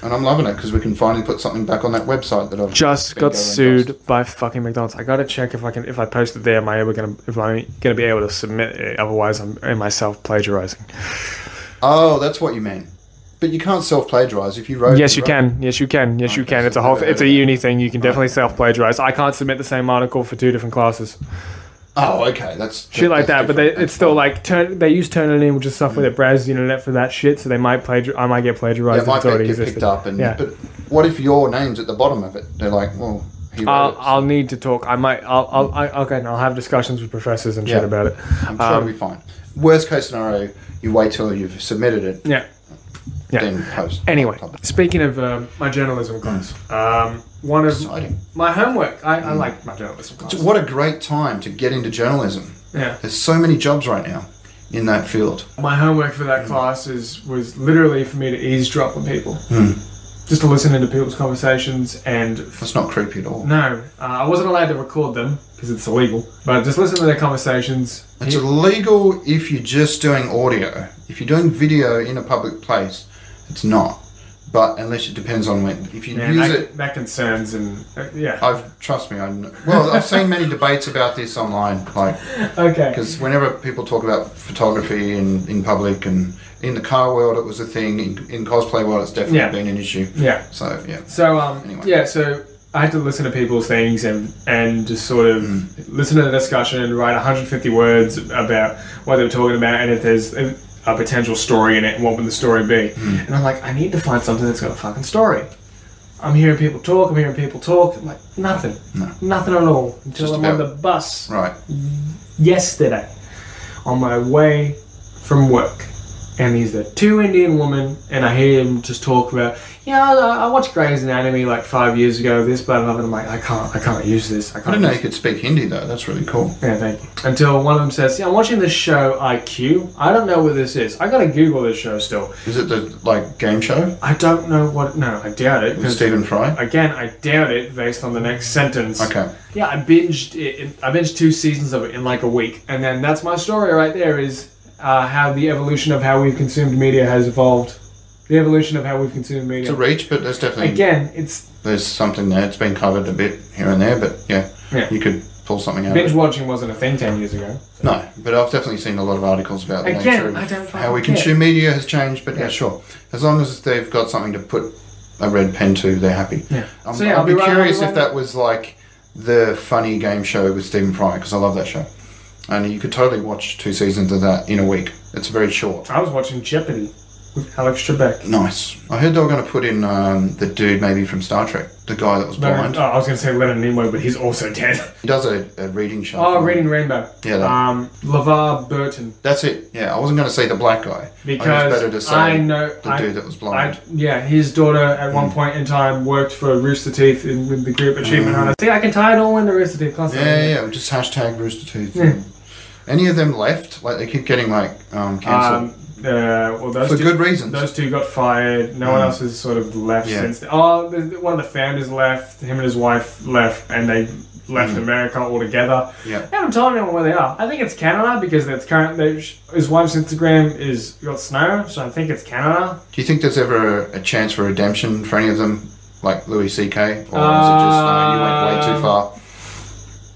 S1: and I'm loving it because we can finally put something back on that website that I've
S2: just
S1: been
S2: got
S1: going
S2: sued
S1: past.
S2: by fucking McDonald's. I gotta check if I can if I post it there. Am I ever gonna if I'm gonna be able to submit it? Otherwise, I'm am myself plagiarizing.
S1: Oh, that's what you meant. But you can't self plagiarize if you wrote.
S2: Yes, you
S1: wrote-
S2: can. Yes, you can. Yes, you
S1: Okay,
S2: can.
S1: so
S2: It's a whole.
S1: never
S2: It's a
S1: heard of
S2: uni thing. You can definitely self plagiarize. I can't submit the same article for two different classes.
S1: Oh, okay, that's
S2: Shit like that.
S1: that's
S2: But they,
S1: different.
S2: it's still like turn. They use Turnitin, which is software that browses the internet for that shit. So they might plagiar. I might get
S1: Yeah,
S2: plagiarized.
S1: it
S2: if
S1: might
S2: it's already
S1: get picked
S2: existed.
S1: up. And
S2: Yeah.
S1: but what if your name's at the bottom of it? They're like, well, he wrote
S2: I'll,
S1: it. so
S2: I'll need to talk. I might. I'll. I'll I, okay. and I'll have discussions with professors and shit
S1: Yeah.
S2: about it.
S1: I'm sure it'll be
S2: um,
S1: fine. Worst case scenario, you wait till you've submitted it,
S2: Yeah. Yeah.
S1: then post.
S2: Anyway,
S1: Publish.
S2: speaking of um, my journalism class, um, one of
S1: exciting.
S2: my homework, I, I like my journalism class.
S1: What a great time to get into journalism.
S2: Yeah,
S1: There's so many jobs right now in that field.
S2: my homework for that class is was literally for me to eavesdrop on people,
S1: Hmm.
S2: just to listen into people's conversations and f-
S1: That's not creepy at all.
S2: no, uh, I wasn't allowed to record them because it's illegal, but just listen to their conversations.
S1: It's illegal if you're just doing audio. If you're doing video in a public place, it's not. But unless it depends on when. If you
S2: Man,
S1: use
S2: that,
S1: it,
S2: that concerns and uh, yeah.
S1: I've trust me. I kn- well, I've seen many debates about this online, like
S2: Okay.
S1: because whenever people talk about photography in in public and in the car world, it was a thing. In, in cosplay world, it's definitely
S2: Yeah. Mm.
S1: been an issue.
S2: Yeah.
S1: So yeah,
S2: So um,
S1: Anyway.
S2: yeah, so I had to listen to people's things and and just sort of
S1: Hmm.
S2: listen to the discussion and write 150 words about what they were talking about and if there's a, a
S1: Hmm.
S2: potential story in it, what would the story be? And I'm like, I need to find something that's got a fucking story. I'm hearing people talk. I'm hearing people talk. I'm like nothing,
S1: No.
S2: nothing at all until
S1: Just
S2: I'm on
S1: about-
S2: the bus
S1: Right.
S2: yesterday on my way from work. And these are two Indian women, and I hear them just talk about, yeah, I, I watched Grey's Anatomy like five years ago, this, but another. I'm like, I can't, I can't use this. I can't.
S1: I didn't know
S2: use
S1: you could speak Hindi though. That's really cool.
S2: yeah, thank you. Until one of them says, "Yeah, I'm watching this show IQ. I don't know what this is. I gotta Google this show still.
S1: Is it the like game show
S2: I don't know what. No, I doubt it.
S1: with
S2: 'cause-
S1: Stephen Fry?
S2: again, I doubt it based on the next sentence.
S1: Okay.
S2: Yeah, I binged it. In, I binged two seasons of it in like a week, and then that's my story right there. Is uh, how the evolution of how we've consumed media has evolved. The evolution of how we've consumed
S1: It's a
S2: media.
S1: reach, but there's definitely
S2: Again, it's
S1: there's something there. It's been covered a bit here and there, but yeah,
S2: Yeah.
S1: you could pull something out. of
S2: binge
S1: it.
S2: watching wasn't a thing ten years ago.
S1: No, but I've definitely seen a lot of articles about the
S2: Again,
S1: nature of
S2: I don't
S1: how we
S2: fucking
S1: consume media has changed. But yeah.
S2: Yeah.
S1: sure. As long as they've got something to put a red pen to, they're happy.
S2: Yeah.
S1: I'm,
S2: So, yeah,
S1: I'd
S2: I'll
S1: be
S2: be right, I'll be
S1: curious if
S2: right.
S1: that was like the funny game show with Stephen Fry because I love that show, and you could totally watch two seasons of that in a week. It's very short.
S2: I was watching Jeopardy with Alex Trebek.
S1: Nice. I heard they were going to put in um, the dude maybe from Star Trek, the guy that was blind.
S2: Leonard, oh, I was going to say Leonard Nimoy, but he's also dead.
S1: He does a, a reading show.
S2: *laughs* Oh, Reading Rainbow. Oh,
S1: Yeah, that-
S2: Um, LeVar Burton.
S1: That's it. Yeah, I wasn't going to say the black guy. I
S2: Because
S1: think it's better to say
S2: I know-
S1: the
S2: I-
S1: dude that was blind.
S2: I, yeah, his daughter at
S1: Mm.
S2: one point in time worked for Rooster Teeth in, with the group Achievement Hunter. See, I can tie it all into Rooster Teeth
S1: yeah,
S2: constantly.
S1: Mm. yeah, yeah, Just hashtag Rooster Teeth.
S2: Yeah.
S1: Any of them left? Like they keep getting like um, cancelled
S2: Um, uh, well, those
S1: for
S2: two,
S1: good reasons. Mm.
S2: those two got fired. No one else has sort of left
S1: Yeah.
S2: since. Oh, the, the- one of the founders left. Him and his wife left, and they left
S1: Mm.
S2: America altogether.
S1: Yeah.
S2: They haven't told anyone where they are. I think it's Canada because that's current. they- His wife's Instagram is got snow, so I think it's Canada.
S1: Do you think there's ever a, a chance for redemption for any of them, like Louis C.K. Or is it just no, you went way too
S2: Um,
S1: far?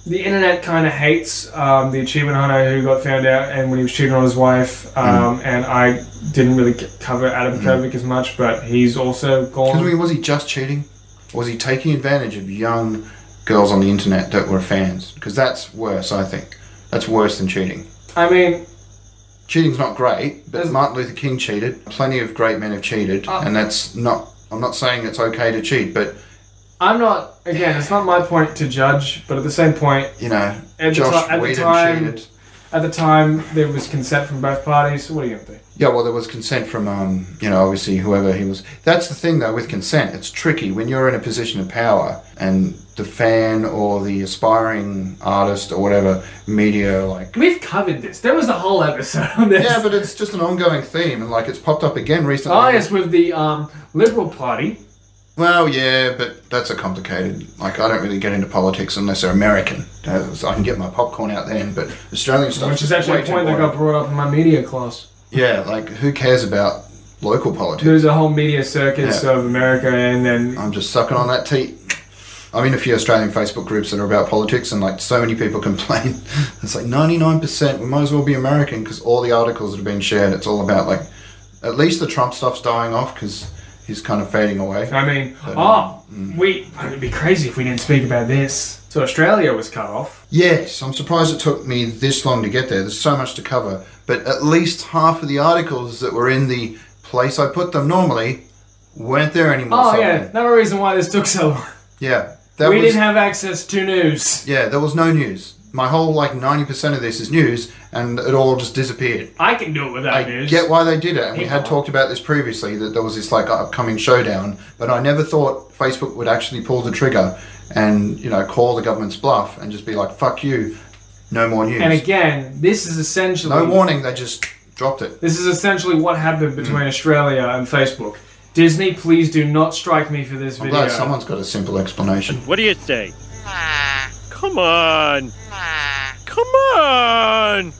S2: the internet kind of hates um, the achievement hunter who got found out and when he was cheating on his
S1: Mm.
S2: wife. Um, And I didn't really get- cover Adam Kovic as much, but he's also
S1: Because
S2: gone.
S1: I mean, was he just cheating? Or was he taking advantage of young girls on the internet that were fans? Because that's worse, I think. That's worse than cheating.
S2: I mean,
S1: Cheating's not great, but
S2: There's-
S1: Martin Luther King cheated. Plenty of great men have cheated,
S2: Uh,
S1: and that's not. I'm not saying it's okay to cheat, but
S2: I'm not. Again, it's not my point to judge, but at the same point,
S1: you know,
S2: At the
S1: Josh
S2: ti- at the
S1: Whedon
S2: time-
S1: cheated.
S2: at the time there was consent from both parties. So what are you gonna do?
S1: Yeah, well, there was consent from, um, you know, obviously whoever he was. That's the thing, though, with consent. It's tricky when you're in a position of power and the fan or the aspiring artist or whatever media, like.
S2: We've covered this. There was a whole episode on this.
S1: Yeah, but it's just an ongoing theme, and like it's popped up again
S2: *laughs*
S1: recently.
S2: Oh yes, with the um, Liberal Party.
S1: Well, yeah, but that's a complicated. Like, I don't really get into politics unless they're American. Uh, so I can get my popcorn out then, but Australian stuff.
S2: Which is actually
S1: way
S2: a
S1: too
S2: point that
S1: boring.
S2: got brought up in my media class.
S1: Yeah, like who cares about local politics?
S2: There's a whole media circus
S1: Yeah.
S2: of America, and then
S1: I'm just sucking on that tea. I'm in a few Australian Facebook groups that are about politics, and like so many people *laughs* complain. It's like 99%, we might as well be American because all the articles that have been shared, it's all about like at least the Trump stuff's dying off because he's kind of fading away.
S2: I mean, oh,
S1: um, mm.
S2: we. It'd be crazy if we didn't speak about this. So Australia was cut off.
S1: Yes, I'm surprised it took me this long to get there. There's so much to cover, but at least half of the articles that were in the place I put them normally weren't there anymore.
S2: Oh
S1: suddenly.
S2: yeah, another reason why this took so long.
S1: yeah. That
S2: we
S1: was,
S2: didn't have access to news.
S1: Yeah, there was no news. My whole like ninety percent of this is news, and it all just disappeared.
S2: I can do it without
S1: I
S2: news.
S1: get why they did it, and we had
S2: Yeah.
S1: talked about this previously that there was this like upcoming showdown, but I never thought Facebook would actually pull the trigger and you know call the government's bluff and just be like "fuck you," no more news,
S2: and again, this is essentially
S1: no warning. They just dropped it.
S2: this is essentially what happened between
S1: Mm.
S2: Australia and Facebook. Disney, please do not strike me for this
S1: I'm
S2: video.
S1: glad someone's got a simple explanation.
S3: What do you say? Come on. Come on.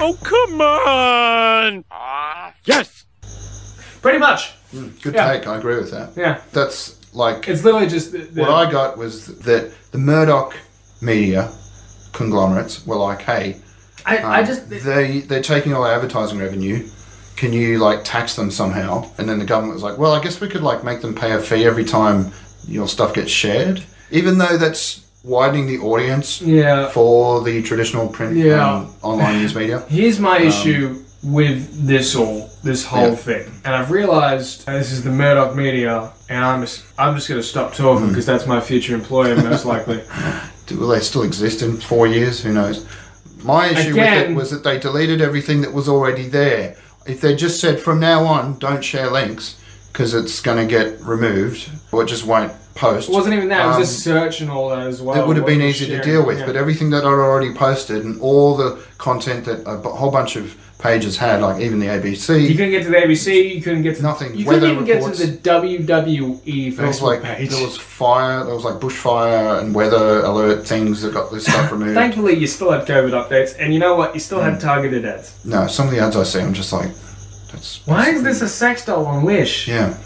S3: Oh, come on. Yes.
S2: Pretty much,
S1: Good
S2: Yeah.
S1: take. I agree with that.
S2: yeah.
S1: That's like
S2: It's literally just the, the,
S1: What I got was that the Murdoch media conglomerates were like, "Hey,
S2: I,
S1: um,
S2: I just
S1: they they're taking all our advertising revenue. Can you like tax them somehow?" And then the government was like, "Well, I guess we could like make them pay a fee every time your stuff gets shared, even though that's widening the audience
S2: yeah.
S1: for the traditional print
S2: Yeah.
S1: um, online news media."
S2: Here's my issue with this all, this whole
S1: Yeah.
S2: thing. And I've realized and this is the Murdoch media, and I'm just, I'm just going to stop talking
S1: Hmm.
S2: because that's my future employer,
S1: *laughs*
S2: most likely.
S1: Do- Will they still exist in four years? Who knows? My issue with it
S2: Again-
S1: was that they deleted everything that was already there. If they just said from now on, don't share links because it's going to get removed or it just won't post.
S2: It wasn't even that, it
S1: Um,
S2: was just search and all that as well.
S1: it would have
S2: What
S1: been
S2: was
S1: easy to
S2: shared,
S1: deal with,
S2: yeah.
S1: but everything that I'd already posted and all the content that a b- whole bunch of pages had, like even the
S2: You
S1: ABC,
S2: couldn't get to the ABC. You couldn't get to
S1: Nothing.
S2: You
S1: Weather
S2: couldn't even
S1: reports.
S2: get to the WWE
S1: there was
S2: Facebook
S1: like
S2: page.
S1: there was fire, there was like bushfire and weather alert things that got this
S2: *laughs*
S1: stuff removed.
S2: Thankfully, you still had COVID updates, and you know what? You still
S1: Hmm.
S2: had targeted ads.
S1: no, some of the ads I see, I'm just like, that's
S2: Why is this a sex doll on Wish?
S1: Yeah.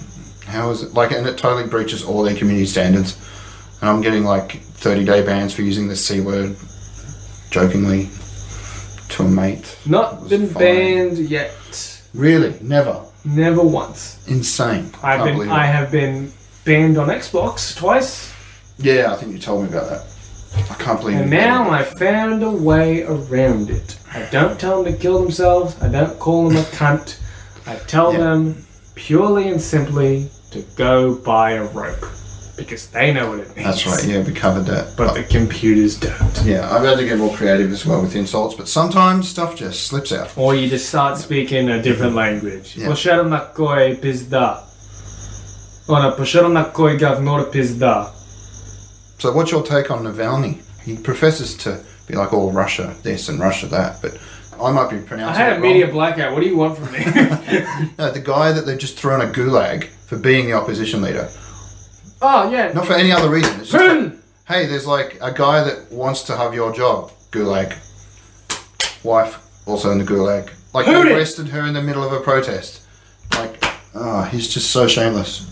S1: How is it like? And it totally breaches all their community standards. And I'm getting like 30 day bans for using the c word jokingly to a mate. It
S2: Not
S1: was
S2: been
S1: fine.
S2: banned yet.
S1: Really, never.
S2: Never once.
S1: Insane.
S2: I've
S1: Can't
S2: been.
S1: believe
S2: I
S1: it.
S2: have been banned on Xbox twice,
S1: Yeah, I think you told me about that. I can't believe.
S2: and
S1: you did
S2: now
S1: it.
S2: I found a way around it. I don't tell them to kill themselves. I don't call them a cunt. I tell
S1: Yeah.
S2: them purely and simply to go buy a rope because they know what it means.
S1: That's right. Yeah, we covered that.
S2: But the computers don't.
S1: yeah, I've had to get more creative as well with insults, but sometimes stuff just slips out.
S2: Or you just start speaking a different language.
S1: Yeah.
S2: Пошел на кой пизда. Она пошел на кой говно пизда.
S1: So, what's your take on Navalny? He professes to be like all Russia this and Russia that, but I might be pronouncing.
S2: I
S1: it
S2: had a
S1: wrong.
S2: media blackout. What do you want
S1: *laughs*
S2: from me?
S1: No, the guy that they've just thrown a gulag for being the opposition leader.
S2: oh yeah.
S1: Not for any other reason. It's just like,
S2: Putin.
S1: hey, there's like a guy that wants to have your job. Gulag. Wife also in the gulag. Like
S2: Putin.
S1: they arrested her in the middle of a protest. Like, ah, he's just so shameless.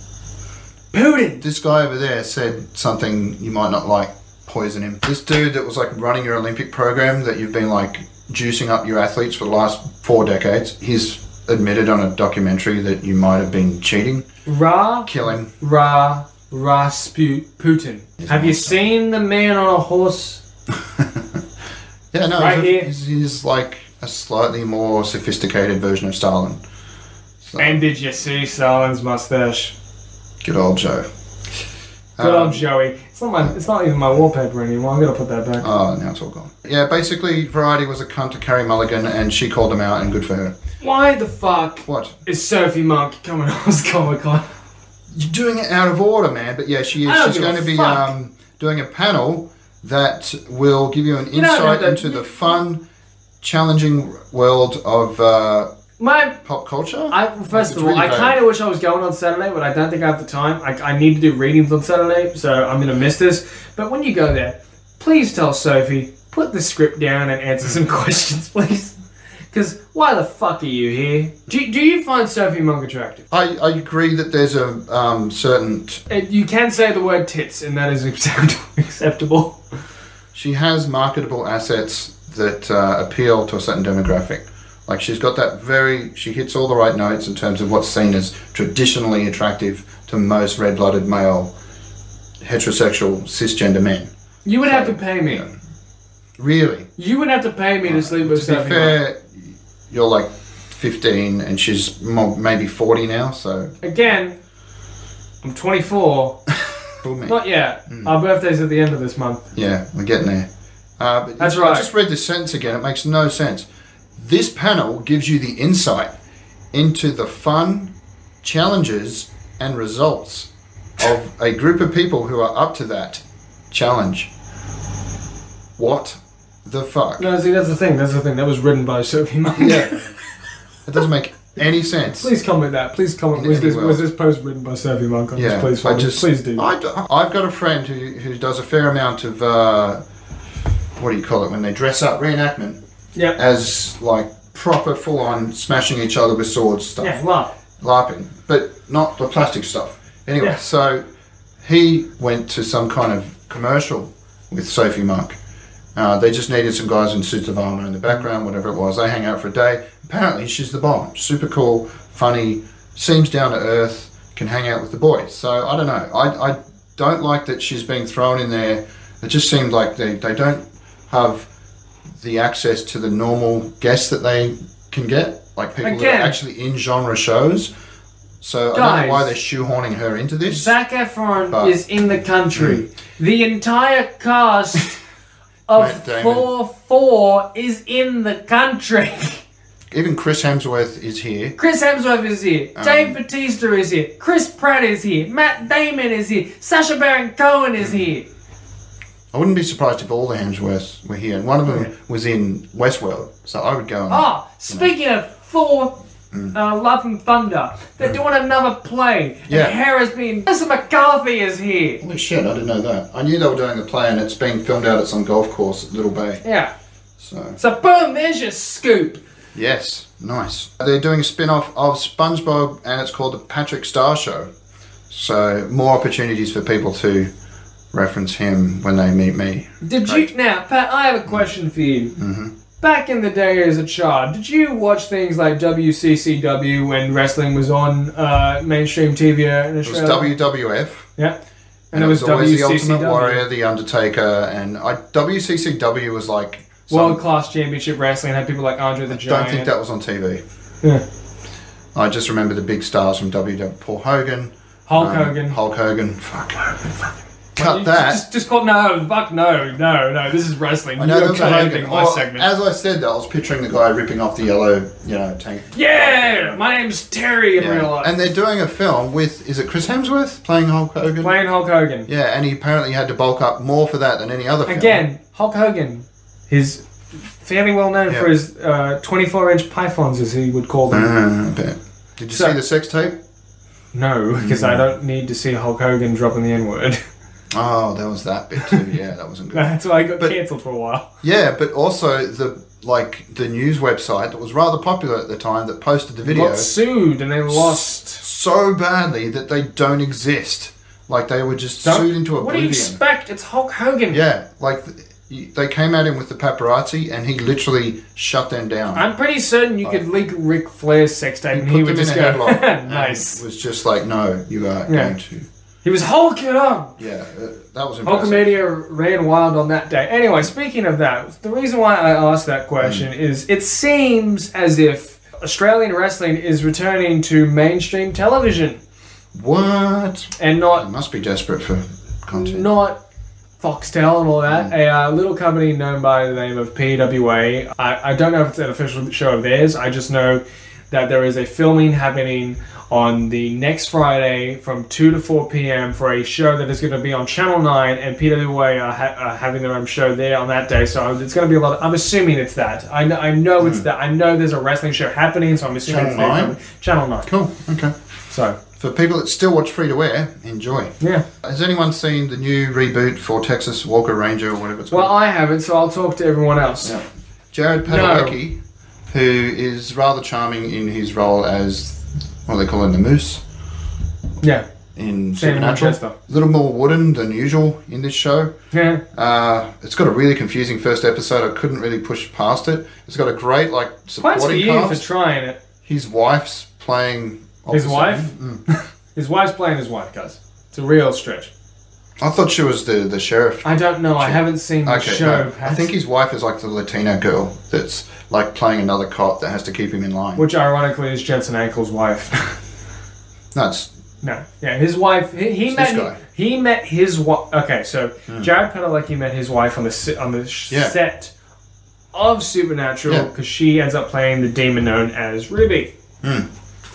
S2: Putin.
S1: This guy over there said something you might not like. Poison him. This dude that was like running your Olympic program that you've been like juicing up your athletes for the last four decades. He's admitted on a documentary that you might have been cheating.
S2: Ra
S1: Kill him.
S2: ra Rasput Putin. Have you seen the man on a horse?
S1: Yeah, no,
S2: Right
S1: he's, a-
S2: here.
S1: He's, he's like a slightly more sophisticated version of Stalin. So,
S2: And did you see Stalin's mustache?
S1: good old Joe.
S2: Good
S1: Um,
S2: old Joey. It's not my. It's not even my wallpaper anymore. I'm gonna put that back.
S1: Oh, now it's all gone. Yeah, basically, Variety was a cunt to Carrie Mulligan, and she called him out, and good for her.
S2: Why the fuck
S1: What?
S2: is Sophie Monk coming on Comic Con?
S1: You're doing it out of order, man. But yeah, she
S2: I
S1: is.
S2: don't
S1: She's
S2: give a
S1: going to be
S2: fuck.
S1: um, doing a panel that will give you an
S2: know,
S1: insight
S2: the-
S1: into the fun, challenging world of uh,
S2: My,
S1: pop culture.
S2: I first
S1: It's
S2: of all,
S1: really
S2: I
S1: vague.
S2: kind of wish I was going on Saturday, but I don't think I have the time. I, I need to do readings on Saturday, so I'm gonna miss this. But when you go there, please tell Sophie put the script down and answer some *laughs* questions, please. Because why the fuck are you here? Do, do you find Sophie Monk attractive?
S1: I, I agree that there's a um, certain
S2: Uh, You can say the word tits, and that is *laughs* accept- acceptable.
S1: she has marketable assets that uh, appeal to a certain demographic. Like she's got that very, she hits all the right notes in terms of what's seen as traditionally attractive to most red-blooded male, heterosexual cisgender men.
S2: You would have to pay me.
S1: Really,
S2: You would have to pay me to sleep with
S1: to
S2: Sophie.
S1: be
S2: Monk.
S1: fair, you're like 15 and she's mo- maybe 40 now, so
S2: Again, I'm 24.
S1: fool me.
S2: Not
S1: *laughs*
S2: yet.
S1: Hmm.
S2: Our birthday's at the end of this month.
S1: Yeah, we're getting there. Uh, but
S2: That's
S1: I
S2: right.
S1: just read this sentence again. It makes no sense. This panel gives you the insight into the fun, challenges, and results of a group of people who are up to that challenge. What the fuck?
S2: No, see, that's the thing. That's the thing. That was written by Sophie *laughs* Monk.
S1: Yeah. It doesn't make any sense.
S2: please comment that. Please comment.
S1: In
S2: Was
S1: any
S2: this,
S1: world.
S2: was this post written by Sophie Monk on
S1: Yeah,
S2: this? Please,
S1: I
S2: for me?
S1: just
S2: please do.
S1: I, have got a friend who, who does a fair amount of uh, what do you call it when they dress up reenactment.
S2: Yep.
S1: As like proper full on smashing each other with swords stuff,
S2: yeah, love.
S1: LARPing, but not the plastic stuff. Anyway,
S2: Yeah.
S1: so he went to some kind of commercial with Sophie Monk. Uh, they just needed some guys in suits of armor in the background, whatever it was. They hang out for a day. Apparently, she's the bomb. Super cool, funny, seems down to earth, can hang out with the boys. So I don't know. I, I don't like that she's being thrown in there. It just seemed like they, they don't have the access to the normal guests that they can get. like people that
S2: Again.
S1: are actually in genre shows. So I don't
S2: Guys.
S1: know why they're shoehorning her into this.
S2: Zac Efron
S1: But-
S2: is in the country. The entire *laughs* cast
S1: Matt
S2: of
S1: Damon.
S2: Thor 4 is in the country. *laughs*
S1: Even Chris Hemsworth is here.
S2: Chris Hemsworth is here.
S1: Um,
S2: Dave Batista is here. Chris Pratt is here. Matt Damon is here. Sasha Baron Cohen is here.
S1: I wouldn't be surprised if all the Hemsworths were here, and one of them was in Westworld. So I would go. And,
S2: Ah, speaking of Thor,
S1: Mm.
S2: uh, Love and Thunder, they're doing another play.
S1: Yeah.
S2: And Hera's being. Melissa McCarthy is here.
S1: Holy shit! I didn't know that. I knew they were doing a play, and it's being filmed out at some golf course at Little Bay.
S2: Yeah.
S1: So
S2: So boom, there's your scoop.
S1: yes, nice. They're doing a spin-off of SpongeBob, and it's called the Patrick Star Show. So more opportunities for people to reference him when they meet me.
S2: Did you
S1: Correct.
S2: now, Pat? I have a question for you.
S1: Mm-hmm.
S2: Back in the day, as a child, did you watch things like WCCW when wrestling was on uh, mainstream TV in
S1: It was
S2: Australia?
S1: WWF.
S2: yeah,
S1: And, it was, always the Ultimate
S2: WCCW.
S1: Warrior, the Undertaker, and I, WCCW was like. some-
S2: World Class Championship Wrestling had people like Andre the
S1: don't
S2: Giant.
S1: think that was on TV.
S2: Yeah.
S1: I just remember the big stars from WW. Paul Hogan,
S2: Hulk
S1: um,
S2: Hogan.
S1: Hulk Hogan. Fuck Hogan. fuck.
S2: Like,
S1: Cut
S2: you
S1: that.
S2: Just, just call no, fuck no, no, no. This is wrestling.
S1: I know there
S2: you don't
S1: was a
S2: cut anything
S1: Hogan.
S2: in my
S1: Oh,
S2: segment.
S1: as I said that, I was picturing the guy ripping off the yellow, you know, tank.
S2: yeah, my name's Terry in real life.
S1: And they're doing a film with is it Chris Hemsworth playing Hulk Hogan?
S2: playing Hulk Hogan
S1: Yeah, and he apparently had to bulk up more for that than any other film.
S2: again. Hulk Hogan, he's fairly well known
S1: Yeah.
S2: for his uh, 24-inch pythons, as he would call them.
S1: Uh, I bet. Did you
S2: So-
S1: see the sex tape?
S2: No, because I don't need to see Hulk Hogan dropping the N word.
S1: Oh, there was that bit too. Yeah, that wasn't good.
S2: *laughs* That's why I got
S1: But-
S2: cancelled for a while.
S1: Yeah, but also the like the news website that was rather popular at the time that posted the video
S2: Got sued and then lost.
S1: so badly that they don't exist. Like they were just
S2: Don't-
S1: sued into
S2: What do you
S1: oblivion.
S2: expect? It's Hulk Hogan.
S1: yeah, like th- you- they came at him with the paparazzi, and he literally shut them down.
S2: I'm pretty certain you could leak Ric Flair's sex tape and he would just go, *laughs*
S1: and
S2: nice.
S1: Was just like, no, you are
S2: Yeah.
S1: going to.
S2: He was Hulk it up.
S1: Yeah, uh, that was impressive.
S2: Hulkamania ran wild on that day. Anyway, speaking of that, the reason why I asked that question is it seems as if Australian wrestling is returning to mainstream television
S1: What?
S2: and not
S1: I must be desperate for content.
S2: not Foxtel and all that.
S1: Mm.
S2: A uh, little company known by the name of PWA. I, I don't know if it's an official show of theirs. I just know that there is a filming happening on the next Friday from 2 to 4 p.m. for a show that is going to be on Channel 9, and PWA are, ha- are having their own show there on that day. So it's going to be a lot. I'm assuming it's that. I, kn- I know it's that. I know there's a wrestling show happening, so I'm assuming
S1: Mm. Channel
S2: it's
S1: 9?
S2: there. Channel 9.
S1: Cool. Okay.
S2: So,
S1: For people that still watch free to wear, enjoy.
S2: yeah.
S1: Has anyone seen the new reboot for Texas Walker Ranger or whatever it's
S2: Well,
S1: called?
S2: I haven't, so I'll talk to everyone else.
S1: Yeah. Jared Padalecki, who is rather charming in his role as what do they call him, the Moose
S2: Yeah.
S1: in
S2: Sam Winchester.
S1: Supernatural. A little more wooden than usual in this show.
S2: Yeah.
S1: Uh, it's got a really confusing first episode. I couldn't really push past it. It's got a great like
S2: Points for
S1: supporting
S2: you
S1: cast.
S2: for trying it.
S1: his wife's playing
S2: His
S1: opposite
S2: wife?
S1: him. Mm.
S2: *laughs* His wife's playing his wife, guys. It's a real stretch.
S1: I thought she was the the sheriff.
S2: I don't know. I haven't seen the
S1: Okay,
S2: show.
S1: no,
S2: Pat,
S1: I think his wife is like the Latina girl that's like playing another cop that has to keep him in line.
S2: which ironically is Jensen Ackles' wife. *laughs*
S1: no, it's
S2: no, yeah, his wife. He, he
S1: It's
S2: met.
S1: this guy.
S2: He met his wife. Okay, so Jared Padalecki met his wife on the si- on the sh-
S1: Yeah.
S2: set of Supernatural
S1: Yeah.
S2: because she ends up playing the demon known as Ruby,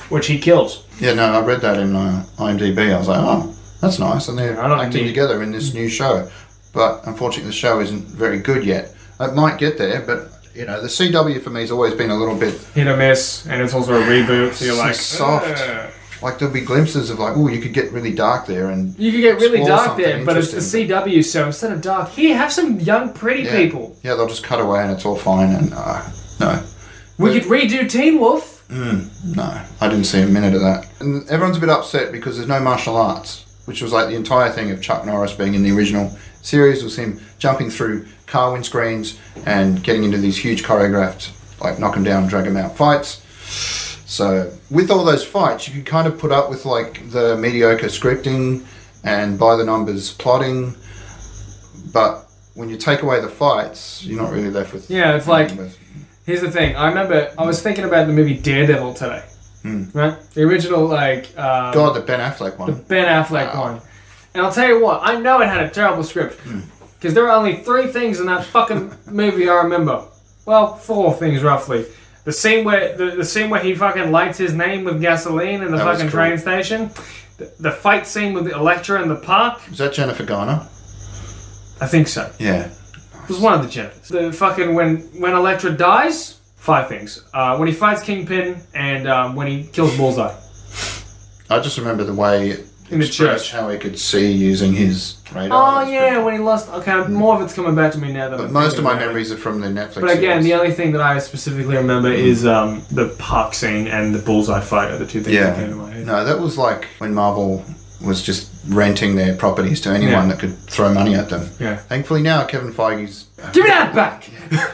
S2: which he kills.
S1: yeah, no, I read that in uh, IMDb. I was like, oh, that's nice, and they're
S2: I don't Hmm.
S1: acting
S2: need-
S1: together in this new show. But unfortunately, the show isn't very good yet. It might get there, but you know, the CW for me has always been a little bit
S2: Hit or miss, and it's also a reboot. So you're
S1: So
S2: like
S1: soft.
S2: "Ugh."
S1: like there'll be glimpses of like, oh, you could get really dark there, and
S2: You could get really
S1: Explore
S2: dark there,
S1: something
S2: but it's the
S1: interesting.
S2: CW, so instead of dark, here have some young, pretty
S1: yeah,
S2: people.
S1: yeah, they'll just cut away and it's all fine, and uh, no.
S2: We could redo Teen Wolf.
S1: No, I didn't see a minute of that. And everyone's a bit upset because there's no martial arts, which was like the entire thing of Chuck Norris being in the original series was him jumping through car windscreens and getting into these huge choreographed, like knock 'em down, drag 'em out fights. So with all those fights, you could kind of put up with like the mediocre scripting and by the numbers plotting, but when you take away the fights, you're not really left with
S2: Yeah, it's like-
S1: with-
S2: Here's the thing. I remember I was thinking about the movie Daredevil today.
S1: Hmm.
S2: Right? The original, like, um,
S1: God, the Ben Affleck
S2: the
S1: one.
S2: Ben Affleck
S1: Wow. Hmm.
S2: one. And I'll tell you what, I know it had a terrible script. Because there are only three things in that
S1: *laughs*
S2: fucking movie I remember. Well, four things roughly. The scene where the, the scene where he fucking lights his name with gasoline in the
S1: That was
S2: fucking
S1: cool.
S2: train station. The, the fight scene with Electra in the park.
S1: Is that Jennifer Garner?
S2: I think so.
S1: Yeah.
S2: It was one of the Jennifers. The fucking when when Electra dies, five things. Uh, when he fights Kingpin and um, when he kills Bullseye.
S1: I just remember the way it
S2: In the
S1: expressed
S2: church.
S1: how he could see using his radar.
S2: Oh
S1: That's
S2: yeah,
S1: pretty-
S2: when he lost. Okay, more of it's coming back to me now. That
S1: But
S2: I'm
S1: most
S2: thinking
S1: of my
S2: about it.
S1: memories are from the Netflix.
S2: But again, the
S1: series.
S2: only thing that I specifically remember is um, the park scene and the bullseye fight are the two things that came to my
S1: yeah.
S2: head.
S1: No, that was like when Marvel was just renting their properties to anyone
S2: Yeah.
S1: that could throw money at them. *laughs*
S2: Yeah.
S1: Thankfully now Kevin Feige's
S2: Give me that back!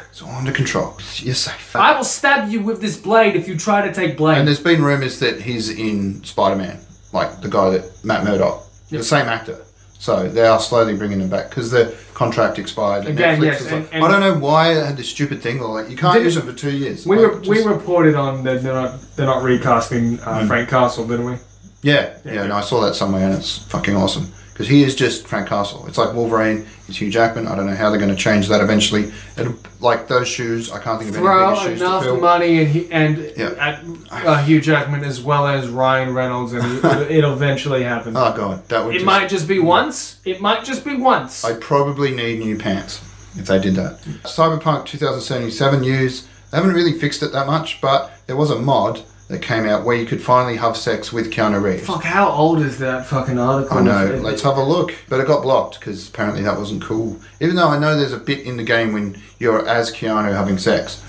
S1: it's all under control. You're safe.
S2: I will stab you with this blade if you try to take
S1: And
S2: blade.
S1: there's been rumours that he's in Spider Man, like the guy that Matt Murdock, the same actor. So they are slowly bringing him back because the contract expired. And
S2: Again,
S1: Netflix
S2: yes,
S1: was
S2: and-
S1: like,
S2: and-
S1: I don't know why it had this stupid thing. where, Like you can't
S2: Did-
S1: use him for two years.
S2: We,
S1: Like,
S2: re- we
S1: just- Hmm.
S2: reported on that they're not they're not recasting uh, Frank Castle, didn't we?
S1: yeah, yeah, And I saw that somewhere, and it's fucking awesome because he is just Frank Castle. It's like Wolverine. It's Hugh Jackman. I don't know how they're going to change that eventually. It'll, like those shoes, I can't think of any
S2: Throw
S1: bigger shoes to
S2: enough
S1: fill.
S2: money and he, and
S1: Yeah.
S2: at, uh, Hugh Jackman as well as Ryan Reynolds, and it'll, it'll eventually happen.
S1: Oh god, that would.
S2: it
S1: just,
S2: might just be once. It might just be once.
S1: I probably need new pants if they did that. Cyberpunk 2077 news. They haven't really fixed it that much, but there was a mod that came out where you could finally have sex with Keanu Reeves.
S2: Fuck! How old is that fucking article?
S1: I know,
S2: It-
S1: let's have a look. But it got blocked because apparently that wasn't cool. Even though I know there's a bit in the game when you're as Keanu having sex,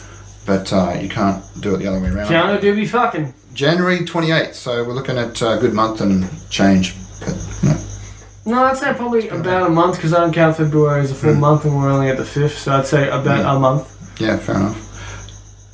S1: but uh, you can't do it the other way around.
S2: Keanu do be fucking.
S1: January 28th, so we're looking at a good month and change. But, you know,
S2: No, I'd say probably about a month because I don't count February as a
S1: Hmm.
S2: full month and we're only at the fifth, so I'd say about a month.
S1: Yeah, fair enough.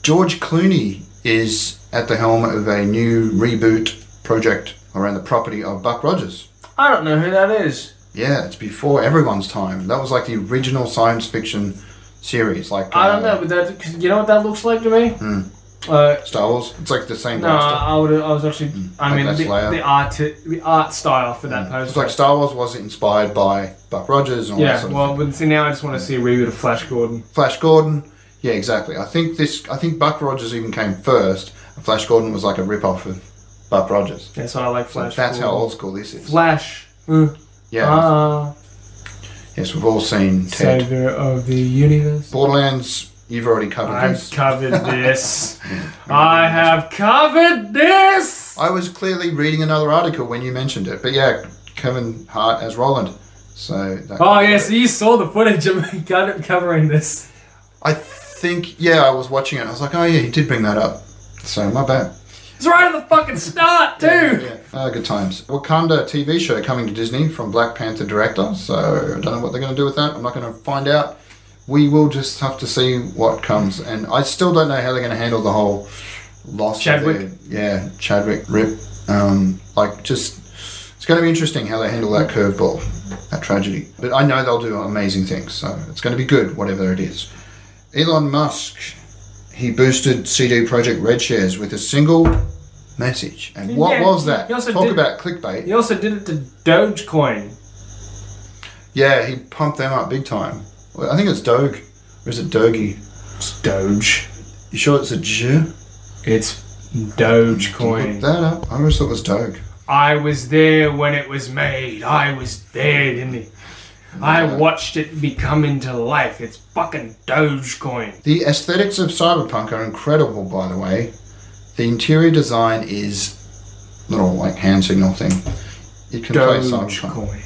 S1: George Clooney is at the helm of a new reboot project around the property of Buck Rogers.
S2: I don't know who that is.
S1: Yeah, it's before everyone's time. That was like the original science fiction series, like
S2: I don't
S1: uh,
S2: know, but that cause you know what that looks like to me.
S1: Hmm.
S2: Uh,
S1: Star Wars. It's like the same.
S2: no,
S1: No,
S2: I would. I was actually.
S1: Hmm. Like
S2: I
S1: Hmm.
S2: mean,
S1: that's
S2: the,
S1: Leia.
S2: the art, the art style for that
S1: it's
S2: poster.
S1: like Star Wars was inspired by Buck Rogers and all that
S2: yeah.
S1: sort of
S2: Well, but see, now I just want to see a reboot of Flash Gordon.
S1: Flash Gordon. Yeah, exactly. I think this. I think Buck Rogers even came first. and Flash Gordon was like a rip off of Buck Rogers.
S2: That's why I like Flash.
S1: That's how
S2: Gordon.
S1: old school this is.
S2: Flash. Mm.
S1: Yeah.
S2: Ah,
S1: yes, we've all seen Ted.
S2: savior of the universe.
S1: Borderlands, you've already covered
S2: I've
S1: this.
S2: covered
S1: *laughs*
S2: this. I have covered this.
S1: I was clearly reading another article when you mentioned it, but yeah, Kevin Hart as Roland. So that
S2: Oh yes, you saw the footage of me co- covering this.
S1: I think yeah, I was watching it. I was like, oh yeah, he did bring that up. So my bad.
S2: It's right at the fucking start too.
S1: Yeah, *laughs* uh, good times. Wakanda TV show coming to Disney from Black Panther director. So I don't know what they're going to do with that. I'm not going to find out. We will just have to see what comes, and I still don't know how they're going to handle the whole loss. of
S2: Chadwick.
S1: their- yeah, Chadwick rip. Um, like just, it's going to be interesting how they handle that curveball, that tragedy. But I know they'll do amazing things, so it's going to be good, whatever it is. Elon Musk, he boosted CD Projekt Red shares with a single message, and what
S2: Yeah,
S1: was that?
S2: he also
S1: Talk
S2: did-
S1: about clickbait.
S2: He also did it to Dogecoin.
S1: Yeah, he pumped them up big time. Well, I think it's Doge, or is it Doge?
S2: It's Doge.
S1: You sure it's a J?
S2: It's
S1: Look
S2: Dogecoin.
S1: that up. I always thought it was Doge.
S2: I was there when it was made. I was there, didn't he? I watched it become into life. It's fucking Dogecoin.
S1: The aesthetics of Cyberpunk are incredible, by the way. The interior design is little like hand signal thing. You can play Cyberpunk.
S2: Dogecoin.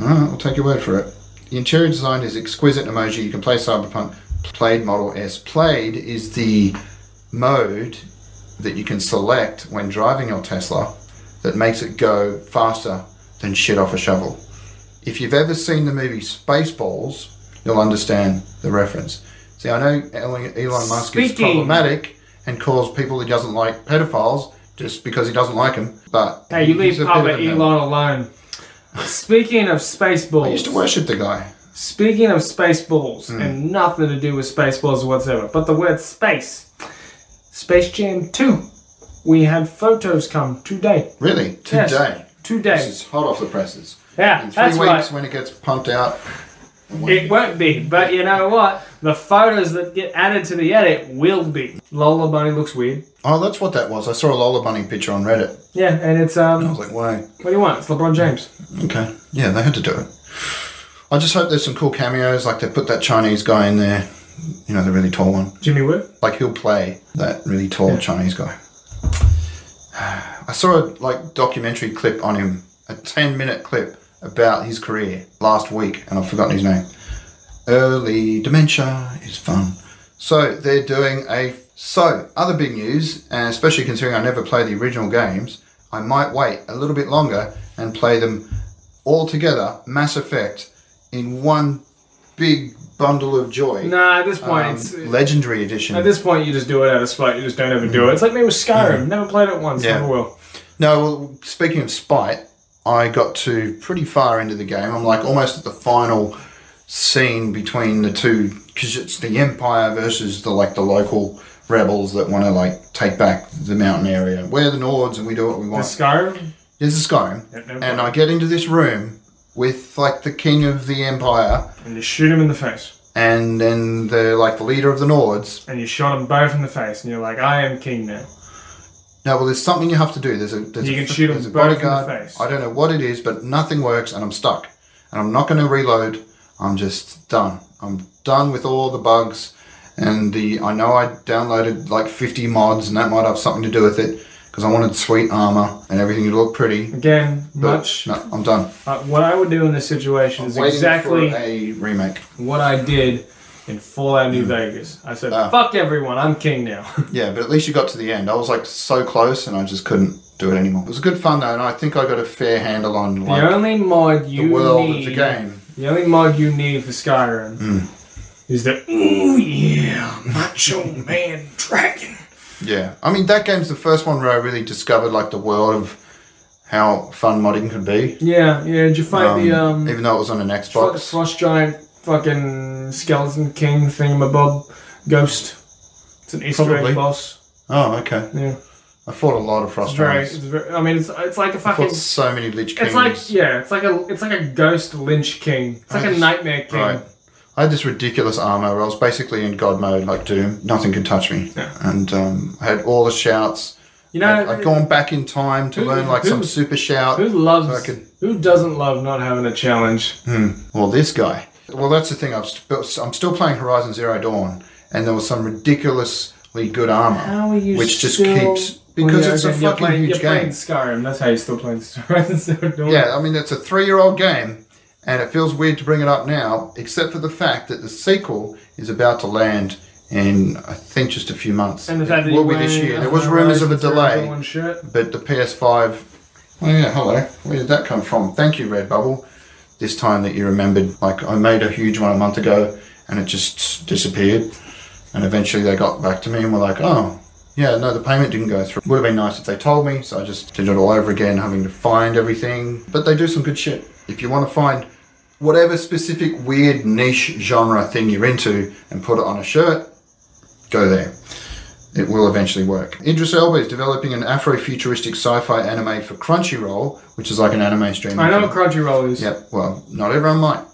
S1: Alright, Uh-huh, I'll take your word for it. The interior design is exquisite in emoji. You can play Cyberpunk. Played Model S. Played is the mode that you can select when driving your Tesla that makes it go faster than shit off a shovel. If you've ever seen the movie Spaceballs, you'll understand the reference. See, I know Elon Elon Musk is
S2: Speaking-
S1: problematic and calls people he doesn't like pedophiles just because he doesn't like them, but
S2: Hey, you
S1: he's
S2: leave
S1: a bit
S2: Papa
S1: of a-
S2: Elon alone. Speaking of space
S1: I
S2: balls,
S1: used to Hmm. worship the guy.
S2: Speaking of space balls, and nothing to do with space balls whatsoever, but the word space. Space Jam 2. We have photos come today.
S1: Really?
S2: Yes.
S1: Today. This
S2: Today.
S1: is hot off the presses.
S2: yeah,
S1: In three
S2: that's
S1: weeks,
S2: right.
S1: when it gets pumped out, it won't
S2: It
S1: be.
S2: won't be, but you know what? The photos that get added to the edit will be. Lola Bunny looks weird.
S1: oh, that's what that was. I saw a Lola Bunny picture on Reddit.
S2: Yeah, and it's um.
S1: I was like, why?
S2: What do you want? It's LeBron James.
S1: Okay. Yeah, they had to do it. I just hope there's some cool cameos. Like they put that Chinese guy in there. You know, the really tall one.
S2: Jimmy Woo.
S1: Like he'll play that really tall Chinese guy. *sighs* I saw a like documentary clip on him, a ten minute clip about his career last week, and I've forgotten his name. Early dementia is fun. So they're doing a so other big news, and especially considering I never play the original games, I might wait a little bit longer and play them all together, Mass Effect, in one big bundle of joy.
S2: Nah, at this point,
S1: Um,
S2: it's,
S1: legendary edition.
S2: at this point you just do it out of spite. You just don't ever do it. It's like me with Skyrim. Never played it once.
S1: Yeah.
S2: Never will.
S1: No, well, speaking of spite, I got to pretty far into the game. I'm like almost at the final scene between the two because it's the Empire versus the like the local rebels that want to like take back the mountain area. We're the Nords and we do what we
S2: The
S1: want.
S2: Skyrim.
S1: There's a Skyrim,
S2: Yep, never
S1: and I
S2: played
S1: get into this room with like the king of the Empire
S2: it. and you shoot him in the face.
S1: and then the like the leader of the Nords
S2: And you shot them both in the face, and you're like, "I am king now."
S1: No, well, there's something you have to do. There's a there's
S2: You
S1: a,
S2: can shoot 'em
S1: there's a
S2: both in the
S1: bodyguard.
S2: face.
S1: I don't know what it is, but nothing works, and I'm stuck. And I'm not going to reload. I'm just done. I'm done with all the bugs, and the I know I downloaded like 50 mods, and that might have something to do with it because I wanted sweet armor and everything to look pretty.
S2: Again,
S1: But
S2: much.
S1: No, I'm done.
S2: Uh, what I would do in this situation
S1: I'm
S2: is
S1: waiting
S2: exactly
S1: for a remake.
S2: what I did in Fallout New Vegas. I said,
S1: Ah.
S2: "Fuck everyone, I'm king now." *laughs*
S1: Yeah, but at least you got to the end. I was like so close, and I just couldn't do it anymore. It was good fun though, and I think I got a fair handle on
S2: the
S1: like
S2: only mod you
S1: the world
S2: need
S1: of the game.
S2: The Hmm. only mod you need for Skyrim is the ooh yeah macho man dragon.
S1: Yeah, I mean that game's the first one where I really discovered like the world of how fun modding could be.
S2: Yeah, yeah. Did you fight the um
S1: even though it was on an
S2: fro-
S1: Xbox,
S2: frost giant fucking skeleton king thingamabob ghost? It's an Easter
S1: Probably.
S2: egg boss.
S1: oh okay,
S2: Yeah,
S1: I fought a lot of
S2: it's
S1: Frost
S2: very, it's
S1: Giants.
S2: very. I mean, it's it's like a
S1: I
S2: fucking.
S1: fought so many Lich Kings.
S2: It's like yeah, it's like a it's like a ghost lynch king. It's like
S1: I
S2: a
S1: just-
S2: nightmare king.
S1: right. I had this ridiculous armor. Where I was basically in God mode, like Doom. Nothing could touch me,
S2: Yeah.
S1: and um, I had all the shouts.
S2: You
S1: I'd,
S2: know,
S1: I'd gone back in time to
S2: Who-
S1: learn like some
S2: who-
S1: super shout.
S2: who loves
S1: so I could-
S2: who doesn't love not having a challenge?
S1: Well, this guy. Well, that's the thing. I've st- I'm still playing Horizon Zero Dawn, and there was some ridiculously good armor,
S2: How are you
S1: which just
S2: still-
S1: keeps because it's a
S2: Well, yeah, okay, you're
S1: fucking
S2: playing,
S1: huge
S2: you're playing
S1: game.
S2: Skyrim. That's how you're still playing Skyrim. *laughs* so don't-
S1: Yeah, I mean it's a three-year-old game, and it feels weird to bring it up now, except for the fact that the sequel is about to land in I think just a few months.
S2: And the fact
S1: it
S2: that
S1: will
S2: you're
S1: be this
S2: wearing
S1: year.
S2: a
S1: There was rumors of a
S2: Horizon
S1: delay,
S2: Zero Dawn shirt.
S1: but the PS5. Oh yeah, hello. Where did that come from? Thank you, Redbubble. This time that you remembered, like I made a huge one a month ago, and it just disappeared. And eventually they got back to me and were like, "Oh, yeah, no, the payment didn't go through. Would have been nice if they told me." So I just did it all over again, having to find everything. But they do some good shit. If you want to find whatever specific weird niche genre thing you're into and put it on a shirt, go there. It will eventually work. Idris Elba is developing an Afro-futuristic sci-fi anime for Crunchyroll, which is like an anime streaming.
S2: I know what
S1: thing.
S2: Crunchyroll is.
S1: Yep. Well, not everyone might.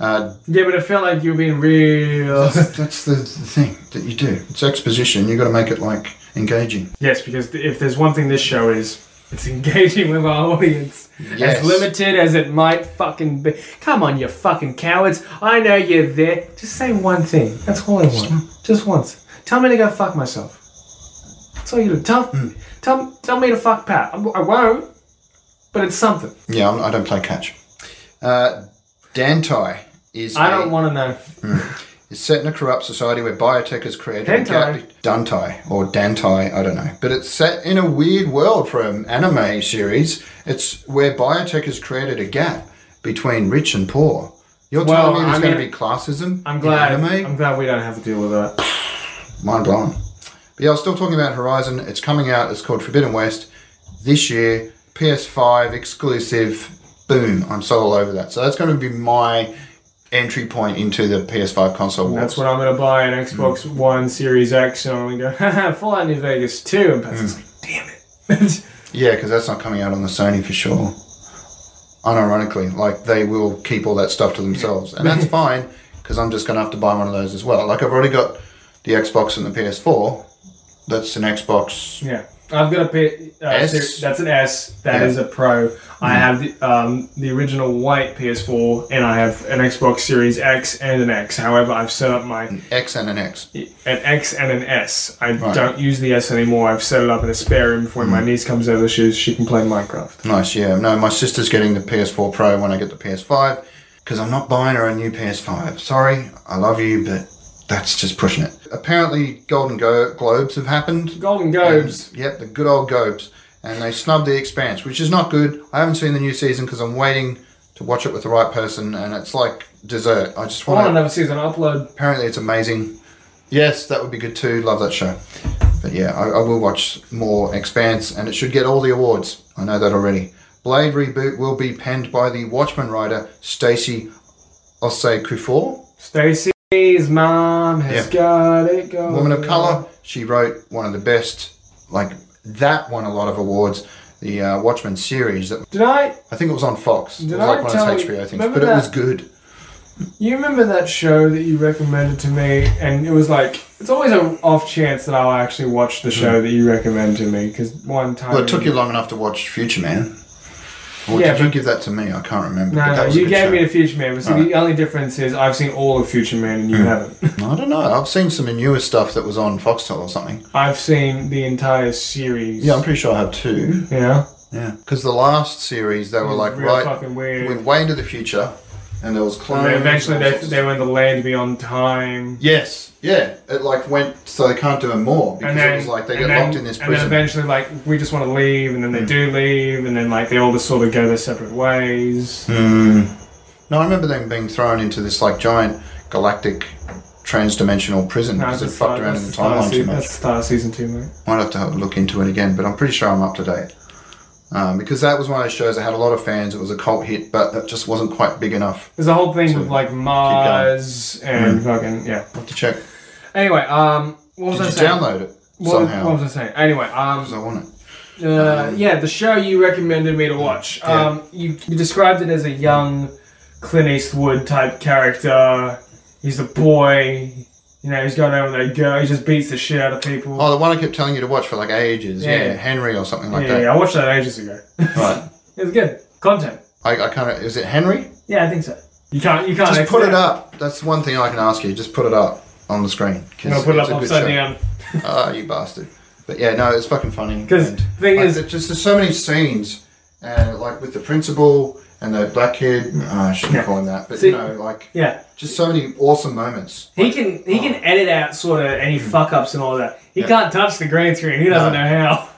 S1: Uh,
S2: Yeah, but it felt like you were being
S1: *laughs*
S2: real.
S1: that's the, the thing that you do. It's exposition. You got to make it like engaging.
S2: yes, because th- if there's one thing this show is, it's *laughs* engaging with our audience.
S1: Yes.
S2: As limited as it might fucking be. Come on, you fucking cowards. I know you're there. Just say one thing. That's all I want. Just once. Tell me to go fuck myself. That's all you do. Tell, tell, tell me to fuck Pat. I'm, I won't. But it's something.
S1: Yeah, I'm, I don't play catch. Uh, Dantai is
S2: I
S1: a-
S2: don't want to know.
S1: is set in a corrupt society where biotech has created a
S2: Hentai.
S1: gap be- Dantai or Dantai, I don't know. But it's set in a weird world for an anime series. It's where biotech has created a gap between rich and poor. You're
S2: Well,
S1: telling me
S2: I
S1: there's going to
S2: mean,
S1: be classism
S2: I'm glad.
S1: in anime?
S2: I'm glad we don't have to deal with that.
S1: mind blowing. But yeah, I was still talking about Horizon. It's coming out. It's called Forbidden West this year. PS5 exclusive. Boom! I'm so all over that. So that's going to be my entry point into the PS5 console
S2: And
S1: wars.
S2: that's when I'm gonna buy an Xbox One Series X, and I'm gonna go *laughs* "Haha, Fallout New Vegas 2, and Pat's just like, damn it. *laughs*
S1: Yeah, because that's not coming out on the Sony for sure. Unironically, like they will keep all that stuff to themselves, and that's fine because I'm just going to have to buy one of those as well. Like I've already got the Xbox and the PS4. That's an Xbox.
S2: yeah, I've got a P- uh,
S1: S?
S2: ser- that's an S. That
S1: Yeah.
S2: is a Pro. I have the um, the original white PS4, and I have an Xbox Series X and an X. However, I've set up my
S1: X and an X.
S2: an X and an S. I
S1: Right. Mm.
S2: don't use the S anymore. I've set it up in a spare room for when my niece comes over. She she can play Minecraft.
S1: Nice, yeah. No, my sister's getting the PS4 Pro when I get the PS5 because I'm not buying her a new PS5. Sorry, I love you, but that's just pushing it. Apparently, Golden Go- Globes have happened.
S2: Golden Globes.
S1: Yep, the good old Gobes. And they snubbed The Expanse, which is not good. I haven't seen the new season because I'm waiting to watch it with the right person, and it's like dessert. I just
S2: I want
S1: want to.
S2: another season upload.
S1: Apparently, it's amazing. Yes, that would be good too. Love that show. But yeah, I, I will watch more Expanse, and it should get all the awards. I know that already. Blade reboot will be penned by the Watchmen writer Stacey Osei Kufor.
S2: Stacy's mom has
S1: Yeah.
S2: got it going.
S1: Woman of Color. She wrote one of the best, like that won a lot of awards. The uh, Watchmen series that
S2: Did I?
S1: I think it was on Fox.
S2: Did
S1: it was like
S2: I
S1: one
S2: tell
S1: of those
S2: you-
S1: HBO things,
S2: remember
S1: but it
S2: that-
S1: was good.
S2: You remember that show that you recommended to me? And it was like, it's always an off chance that I'll actually watch the show that you recommend to me. Because one time.
S1: Mm-hmm. Well, it took you long enough to watch Future Man. Or
S2: Yeah,
S1: did you
S2: but-
S1: give that to me? I can't remember.
S2: No,
S1: but
S2: no,
S1: that was a
S2: you
S1: good
S2: gave
S1: show.
S2: me the Future Man. But see, the only difference is I've seen all of Future Man and you
S1: Mm-hmm. *laughs*
S2: haven't.
S1: I don't know. I've seen some of the newer stuff that was on Foxtel or something.
S2: I've seen the entire series.
S1: Yeah, I'm pretty sure I have two.
S2: You know?
S1: Yeah, because the last series they were like
S2: real
S1: right,
S2: fucking weird.
S1: went way into the future, and there was clones.
S2: And then eventually,
S1: and all
S2: they,
S1: sorts of
S2: they were in the land beyond time.
S1: Yes, yeah. It like went so they can't do it more because
S2: And then,
S1: it was like they
S2: and
S1: get
S2: then-
S1: locked in this
S2: and then
S1: prison. Mm.
S2: eventually, like we just want to leave, and then they do leave, and then like they all just sort of go their separate
S1: Mm.
S2: ways.
S1: no, I remember them being thrown into this like giant galactic trans-dimensional prison
S2: No,
S1: because it
S2: that's
S1: fucked
S2: the-
S1: around in
S2: that's
S1: the
S2: the start
S1: timeline
S2: of
S1: too
S2: se-
S1: much.
S2: That's the start of season two, mate.
S1: Might have to have a look into it again, but I'm pretty sure I'm up to date. Um, because that was one of those shows that had a lot of fans. It was a cult hit, but it just wasn't quite big enough.
S2: There's a whole thing with like Mars and fucking yeah.
S1: I'll have to check.
S2: Anyway, um, what was
S1: Mm. Did
S2: I
S1: you
S2: saying?
S1: download it
S2: what,
S1: somehow?
S2: what was I saying? Anyway, um,
S1: 'Cause I want it.
S2: Uh, yeah, the show you recommended me to watch.
S1: Mm. Yeah.
S2: Um, you, you described it as a young Clint Eastwood type character. He's a boy. You know, he's going over with that girl. He just beats the shit out of people.
S1: Oh, the one I kept telling you to watch for like ages. Yeah,
S2: Yeah.
S1: Henry or something like
S2: yeah,
S1: that.
S2: yeah, I watched that ages ago. *laughs*
S1: Right.
S2: it was good content.
S1: I, I kind of is it Henry?
S2: Yeah, I think so. You can't. You can't.
S1: Just put it
S2: accept-
S1: up. That's one thing I can ask you. Just put it up on the screen. 'cause
S2: I'm gonna put it
S1: it's
S2: up
S1: a good
S2: upside
S1: show.
S2: down.
S1: Ah, you bastard. But yeah, no, it's fucking funny.
S2: 'Cause
S1: And,
S2: the thing
S1: like,
S2: is-
S1: there- just there's so many scenes, and like with the principal and the black kid. Oh, I shouldn't
S2: Yeah.
S1: call him that, but
S2: See-
S1: you know, like
S2: Yeah.
S1: just so many awesome moments.
S2: He can he can edit out sort of any fuck ups and all that. He
S1: Oh. Hmm. Yeah.
S2: can't touch the green screen. He doesn't
S1: No.
S2: know how.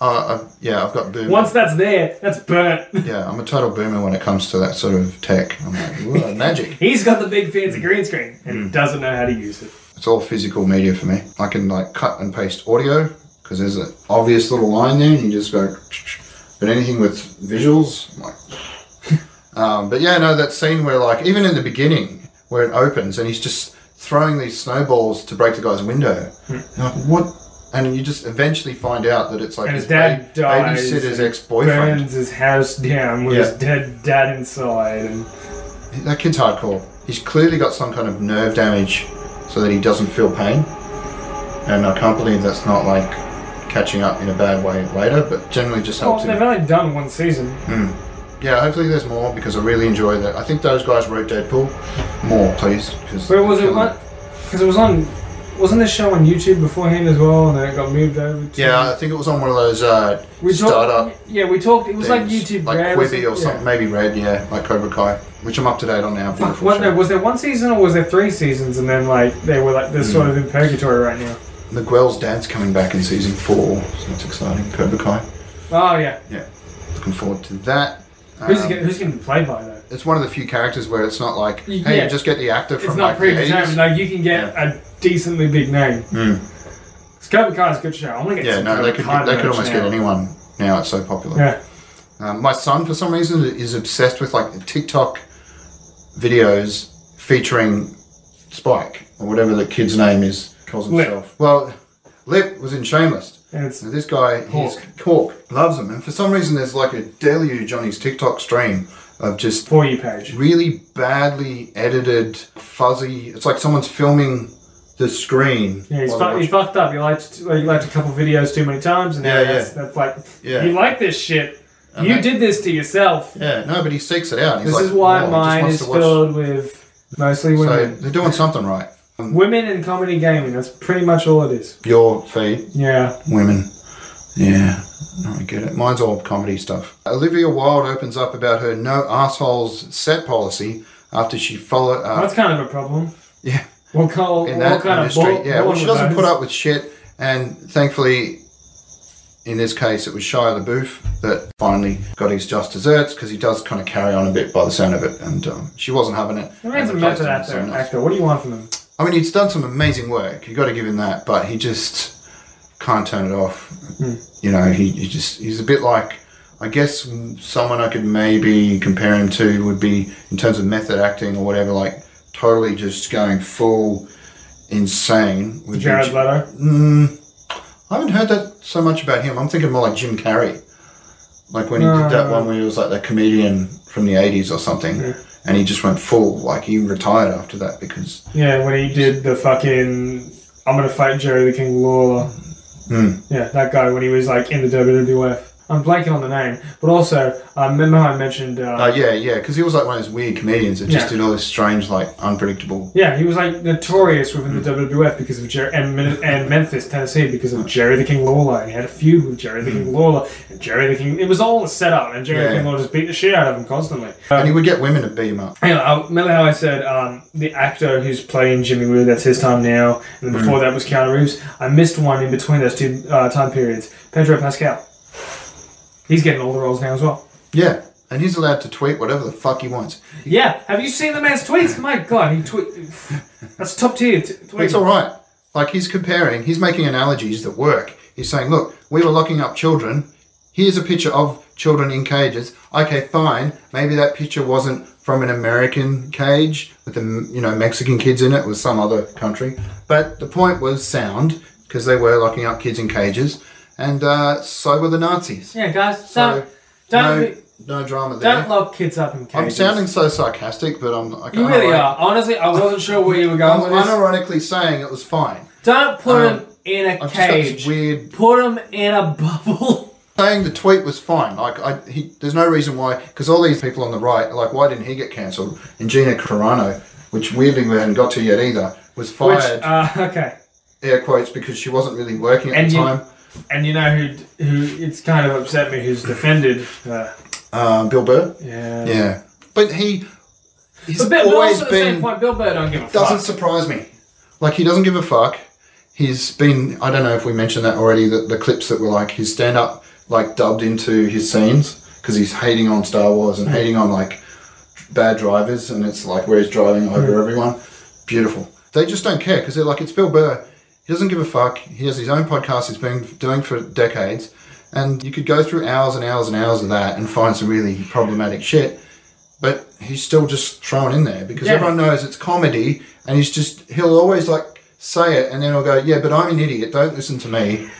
S1: Uh, I've, yeah, I've got boom.
S2: Once that's there, that's burnt. *laughs*
S1: yeah, I'm a total boomer when it comes to that sort of tech. I'm like, whoa, magic.
S2: He's got the big fancy
S1: Hmm.
S2: green screen and he doesn't know how to use it.
S1: It's all physical media for me. I can like cut and paste audio because there's an obvious little line there, and you just go. But anything with visuals, I'm like. *laughs* um, but yeah, no, that scene where like even in the beginning where it opens and he's just throwing these snowballs to break the guy's window.
S2: Hmm.
S1: You're like what? And you just eventually find out that it's like
S2: And his dad
S1: ba-
S2: dies
S1: babysitter's
S2: and
S1: ex-boyfriend.
S2: Burns his house down with
S1: Yeah.
S2: his dead dad inside. And
S1: That kid's hardcore. He's clearly got some kind of nerve damage so that he doesn't feel pain. And I can't believe that's not like catching up in a bad way later, but generally just
S2: well,
S1: helps
S2: they've
S1: him.
S2: only done one season.
S1: Yeah, hopefully there's more because I really enjoy that. I think those guys wrote Deadpool. More, please. Cause
S2: Where was it?
S1: Killing-
S2: Because it was on. Wasn't this show on YouTube beforehand as well, and then it got moved over? To
S1: Yeah, I think it was on one of those uh,
S2: we talked.
S1: startup.
S2: Yeah, we talked. It was like
S1: things,
S2: YouTube,
S1: like
S2: Red
S1: Quibi or
S2: yeah.
S1: something, maybe Red, yeah, like Cobra Kai, which I'm up to date on now.
S2: Fuck,
S1: Beautiful
S2: what,
S1: show.
S2: was there one season or was there three seasons and then like they were like they're sort of in purgatory right now?
S1: Miguel's dad's coming back in season four, so that's exciting. Cobra Kai,
S2: Oh yeah,
S1: yeah, looking forward to that.
S2: who's
S1: Um,
S2: gonna, who's gonna be played by though?
S1: it's one of the few characters where it's not like, hey,
S2: Y-
S1: you
S2: yeah.
S1: just get the actor from
S2: It's not
S1: like the
S2: predetermined.
S1: 80s.
S2: Like you can get a decently big name.
S1: Mm.
S2: It's Cobra Kai is a good show. I'm gonna get
S1: Yeah,
S2: some
S1: no,
S2: Cobra
S1: they could
S2: Kai
S1: they could
S2: merch
S1: almost
S2: now.
S1: get anyone now. It's so popular.
S2: Yeah,
S1: Um, my son, for some reason, is obsessed with like TikTok videos featuring Spike or whatever the kid's name is calls
S2: Lip.
S1: himself. Well, Lip was in Shameless.
S2: And it's
S1: So this guy, he's Cork, loves him, and for some reason there's like a deluge on his TikTok stream of just
S2: for you page.
S1: really badly edited, fuzzy. It's like someone's filming the screen.
S2: Yeah, he's
S1: while they're
S2: fu- he
S1: watching-
S2: fucked up. He liked he liked a couple videos too many times, and now
S1: Yeah,
S2: that's, that's like
S1: Yeah.
S2: you like this shit.
S1: And
S2: you
S1: that-
S2: did this to yourself.
S1: yeah, no, but he seeks it out. He's
S2: this
S1: like,
S2: is
S1: "Whoa,
S2: why
S1: he just
S2: mine
S1: wants
S2: is
S1: to watch-"
S2: filled with mostly
S1: So
S2: women.
S1: they're doing something right. Um,
S2: women in comedy gaming. That's pretty much all it is.
S1: Your feed,
S2: Yeah.
S1: women. Yeah, I get it. Mine's all comedy stuff. Olivia Wilde opens up about her no assholes set policy after she followed. Uh,
S2: That's kind of a problem.
S1: Yeah.
S2: What call
S1: in
S2: what
S1: that
S2: kind
S1: industry.
S2: of bull-
S1: yeah, well, she
S2: bull-
S1: doesn't put up with shit, and thankfully, in this case, it was Shia LaBeouf that finally got his just desserts because he does kind of carry on a bit by the sound of it, and um, she wasn't having it.
S2: There ain't
S1: and
S2: a
S1: replaced
S2: method
S1: him
S2: out
S1: with
S2: there,
S1: someone else.
S2: actor. What do you want from them?
S1: I mean, he's done some amazing work. You got to give him that, but he just can't turn it off.
S2: Hmm.
S1: You know, he, he just he's a bit like. I guess someone I could maybe compare him to would be in terms of method acting or whatever, like totally just going full insane. Would be
S2: Jared
S1: J-
S2: Leto.
S1: Mm, I haven't heard that so much about him. I'm thinking more like Jim Carrey, like when he
S2: No.
S1: did that one where he was like that comedian from the '80s or something,
S2: Yeah.
S1: and he just went full. Like he retired after that because
S2: Yeah, when he did the fucking I'm gonna fight Jerry the King Lawler.
S1: Hmm.
S2: Yeah, that guy when he was like in the WWF. I'm blanking on the name, but also I remember how I mentioned. Uh,
S1: Oh yeah, yeah, because he was like one of those weird comedians that just
S2: Yeah.
S1: did all this strange, like unpredictable.
S2: yeah, he was like notorious within
S1: Hmm.
S2: the WWF because of Jerry and, Men-
S1: *laughs*
S2: and Memphis, Tennessee, because of Jerry the King Lawler. And he had a feud with Jerry the King Lawler, and Jerry the King. It was all a setup, and Jerry the
S1: Hmm. Yeah.
S2: King Lawler just beat the shit out of him constantly.
S1: And he would get women to beat him up.
S2: Hang on, I remember how I said um, the actor who's playing Jimmy Woo, that's his time now, and then
S1: Hmm.
S2: before that was Keanu Reeves. I missed one in between those two uh, time periods. Pedro Pascal. He's getting all the roles now as well.
S1: Yeah, and he's allowed to tweet whatever the fuck he wants.
S2: Yeah, have you seen the man's tweets? My god, he tweet. *laughs* That's top tier t- tweet.
S1: It's all right. Like he's comparing, he's making analogies that work. He's saying, "Look, we were locking up children. Here's a picture of children in cages. Okay, fine. Maybe that picture wasn't from an American cage with the you know Mexican kids in it. It was some other country. But the point was sound because they were locking up kids in cages, and uh, so were the Nazis.
S2: Yeah, guys,
S1: So,
S2: don't, don't,
S1: no,
S2: be-
S1: no drama there.
S2: don't lock kids up in
S1: I'm
S2: cages.
S1: sounding so sarcastic, but I'm. I
S2: You
S1: can't-
S2: really
S1: I-
S2: are. Honestly, I wasn't sure where you were
S1: I'm
S2: going with this.
S1: unironically saying it was fine.
S2: Don't put
S1: Um,
S2: him in a
S1: I've just got this
S2: cage.
S1: weird
S2: Put him in a bubble. *laughs*
S1: saying the tweet was fine. Like, I, he, there's no reason why, because all these people on the right, are like, why didn't he get cancelled? And Gina Carano, which weirdly we hadn't got to yet either, was
S2: Which,
S1: fired,
S2: uh, okay.
S1: air quotes, because she wasn't really working at
S2: And
S1: the
S2: you-
S1: time.
S2: And you know who? Who? It's kind of upset me. Who's defended? Uh,
S1: Um, Bill Burr.
S2: yeah.
S1: Yeah. But he, he's
S2: But, Bill, but
S1: always
S2: also at the same
S1: been,
S2: point, Bill Burr don't give a
S1: doesn't
S2: fuck.
S1: surprise me. Like, he doesn't give a fuck. He's been, I don't know if we mentioned that already, the, the clips that were like his stand up, like dubbed into his scenes, because he's hating on Star Wars and hating on like bad drivers and it's like where he's driving
S2: Mm.
S1: over everyone. Beautiful. They just don't care because they're like, it's Bill Burr. He doesn't give a fuck. He has his own podcast he's been doing for decades. And you could go through hours and hours and hours of that and find some really problematic shit. But he's still just thrown in there because
S2: Yeah.
S1: everyone knows it's comedy and he's just, he'll always like say it and then he'll go, yeah, but I'm an idiot. Don't listen to me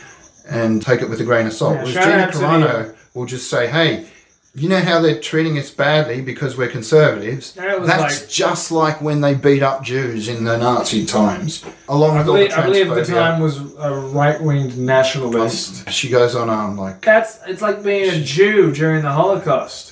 S1: and take it with a grain of salt.
S2: Yeah,
S1: Whereas
S2: shout
S1: Gina
S2: out to the-
S1: Carano will just say, hey, you know how they're treating us badly because we're conservatives?
S2: Yeah, it was
S1: That's
S2: like-
S1: just like when they beat up Jews in the Nazi times, along
S2: I
S1: with all the
S2: believe, I believe
S1: transphobia.
S2: at the time was a right-winged nationalist.
S1: She goes on, um, like,
S2: That's it's like being a Jew during the Holocaust.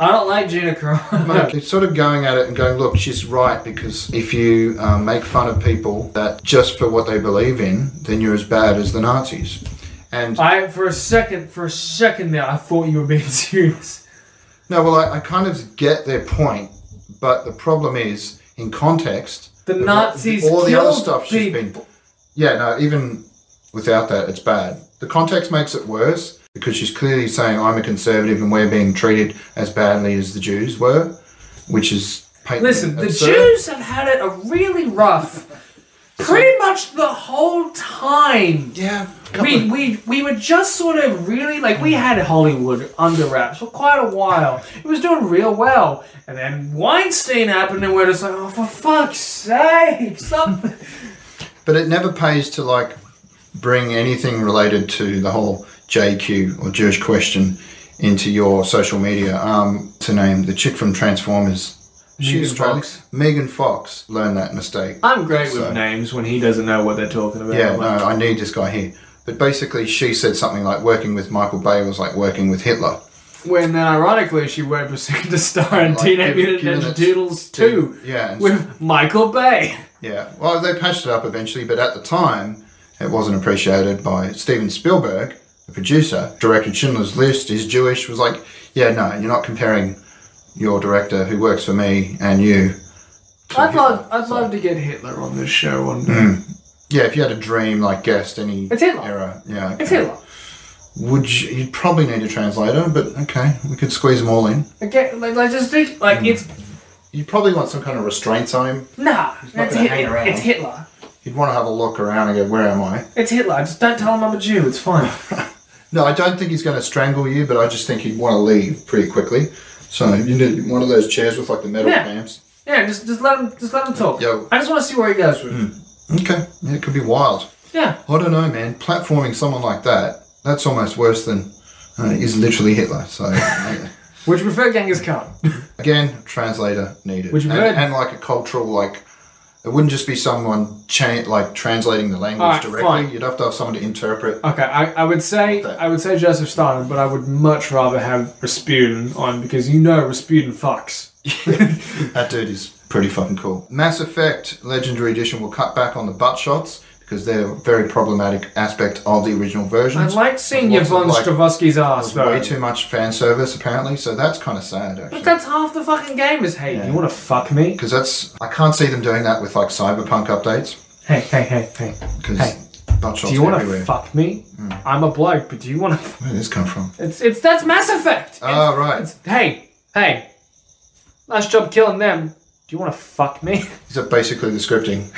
S2: I don't like Gina
S1: no,
S2: Carano.
S1: it's sort of going at it and going, look, she's right because if you um, make fun of people that just for what they believe in, then you're as bad as the Nazis. And
S2: I for a second, for a second there, I thought you
S4: *laughs*
S2: were being serious.
S1: no, well, I, I kind of get their point, but the problem is in context.
S2: The
S1: of what-
S2: Nazis
S1: all the other
S2: killed
S1: stuff she's been Yeah, no, even without that, it's bad. The context makes it worse because she's clearly saying, I'm a conservative and we're being treated as badly as the Jews were, which is painful.
S2: *laughs* Listen, the Jews have had it a really rough
S4: pretty much the whole time.
S1: Yeah.
S4: We, we, we were just sort of really like
S2: Mm.
S4: we had Hollywood under wraps for quite a while. It was doing real well, and then Weinstein happened, and we're just like, oh, for fuck's sake, something.
S1: But it never pays to like bring anything related to the whole JQ or Jewish question into your social media. Um, to name the chick from Transformers. She was
S2: Megan
S1: Australian.
S2: Fox.
S1: Megan Fox learned that mistake.
S2: *laughs* I'm great with
S1: So-
S2: names when he doesn't know what they're talking about.
S1: Yeah,
S2: I'm
S1: no,
S2: like,
S1: I need this guy here. But basically, she said something like working with Michael Bay was like working with Hitler.
S2: When then, ironically, she went proceeded to star in
S1: Like,
S2: Teenage
S1: give-
S2: Mutant
S1: give
S2: Ninja
S1: it-
S2: Turtles 2
S1: Yeah, and
S2: with Michael
S4: *laughs*
S2: Bay.
S1: Yeah, well, they patched it up eventually, but at the time, it wasn't appreciated by Steven Spielberg, the producer, directed Schindler's List, is Jewish, was like, yeah, no, you're not comparing your director who works for me and you. to
S2: I'd love,
S1: Hitler."
S2: I'd love to get Hitler on this show one day.
S1: Yeah, if you had a dream, like, guest any
S4: It's Hitler.
S1: era, yeah,
S4: It's
S1: okay.
S4: Hitler.
S1: Would you, you'd probably need a translator, but okay, we could squeeze them all in.
S4: Again, like, like just think, like
S2: Hmm.
S4: it's
S1: You'd probably want some kind of restraints on him.
S4: nah,
S1: not
S4: it's,
S1: gonna
S4: Hit-
S1: hang around.
S4: it's Hitler.
S1: You'd want to have a look around and go, where am I?
S4: It's Hitler. Just don't tell him I'm a Jew. It's fine.
S2: *sighs*
S1: No, I don't think he's going to strangle you, but I just think he'd want to leave pretty quickly. So you need one of those chairs with like the metal
S4: Yeah.
S1: clamps.
S4: Yeah, just just let him just let him talk.
S1: Yo.
S4: I just want to see where he goes with. it.
S2: Hmm.
S1: Okay, yeah, it could be wild.
S4: Yeah.
S1: I don't know, man. Platforming someone like that—that's almost worse than uh, is literally Hitler. So *laughs* uh,
S4: Would you prefer Genghis
S2: *laughs*
S4: Khan?
S1: again, translator needed,
S4: Which you've
S1: and,
S4: heard.
S1: and like a cultural like. It wouldn't just be someone cha- like translating the language
S2: Alright,
S1: directly.
S2: fine.
S1: You'd have to have someone to interpret.
S2: Okay, I, I would say
S1: Okay.
S2: I would say Joseph Stalin, but I would much rather have Rasputin on because you know Rasputin fucks.
S1: *laughs* That dude is pretty fucking cool. Mass Effect Legendary Edition will cut back on the butt shots because they're a very problematic aspect of the original
S4: I
S1: versions.
S4: like seeing
S1: Lots of,
S4: Yvonne
S1: like,
S2: Stravosky's
S1: There's
S2: ass though.
S1: way too much fan service apparently, so that's kind of sad
S4: But
S1: actually.
S4: that's half the fucking game is hate.
S2: Hey, you want to fuck me?
S1: Because that's I can't see them doing that with like cyberpunk updates
S2: Hey, hey, hey, hey.
S1: because
S2: Hey.
S1: butt shots
S2: Do you want
S1: everywhere. Hmm.
S2: to fuck me? I'm a bloke, but do you *laughs* want to?
S1: Where did this come from?
S4: It's it's that's Mass Effect.
S1: Oh right,
S2: Hey, hey.
S4: Nice job killing them.
S2: Do you want to fuck me? *laughs*
S1: is that basically the scripting?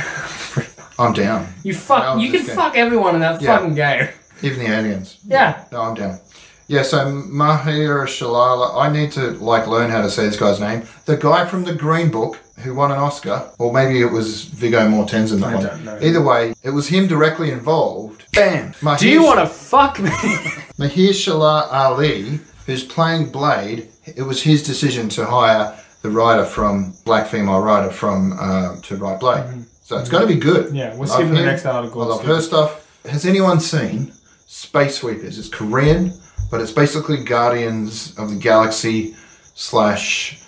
S1: *laughs* I'm down.
S4: You fuck.
S1: Well,
S4: You can
S1: this game-
S4: fuck everyone in that
S1: Yeah.
S4: fucking
S1: *laughs*
S4: game.
S1: Even the aliens.
S4: Yeah.
S1: No, I'm down. Yeah, so Mahira Shalala, I need to like learn how to say this guy's name. The guy from the Green Book who won an Oscar, or maybe it was Vigo Mortensen. That
S2: I
S1: one.
S2: don't know.
S1: Either way, it was him directly involved. Bam. Mahir,
S2: Do you want to fuck me?
S1: Mahir Shalala Ali, who's playing Blade? It was his decision to hire the writer from black female writer from uh, to write Blade. So it's going to be good.
S2: Mm-hmm. yeah,
S1: Love
S2: we'll see for the
S1: him.
S2: next
S1: I
S2: article.
S1: love her stuff. Has anyone seen Space Sweepers? It's Korean, but it's basically Guardians of the Galaxy slash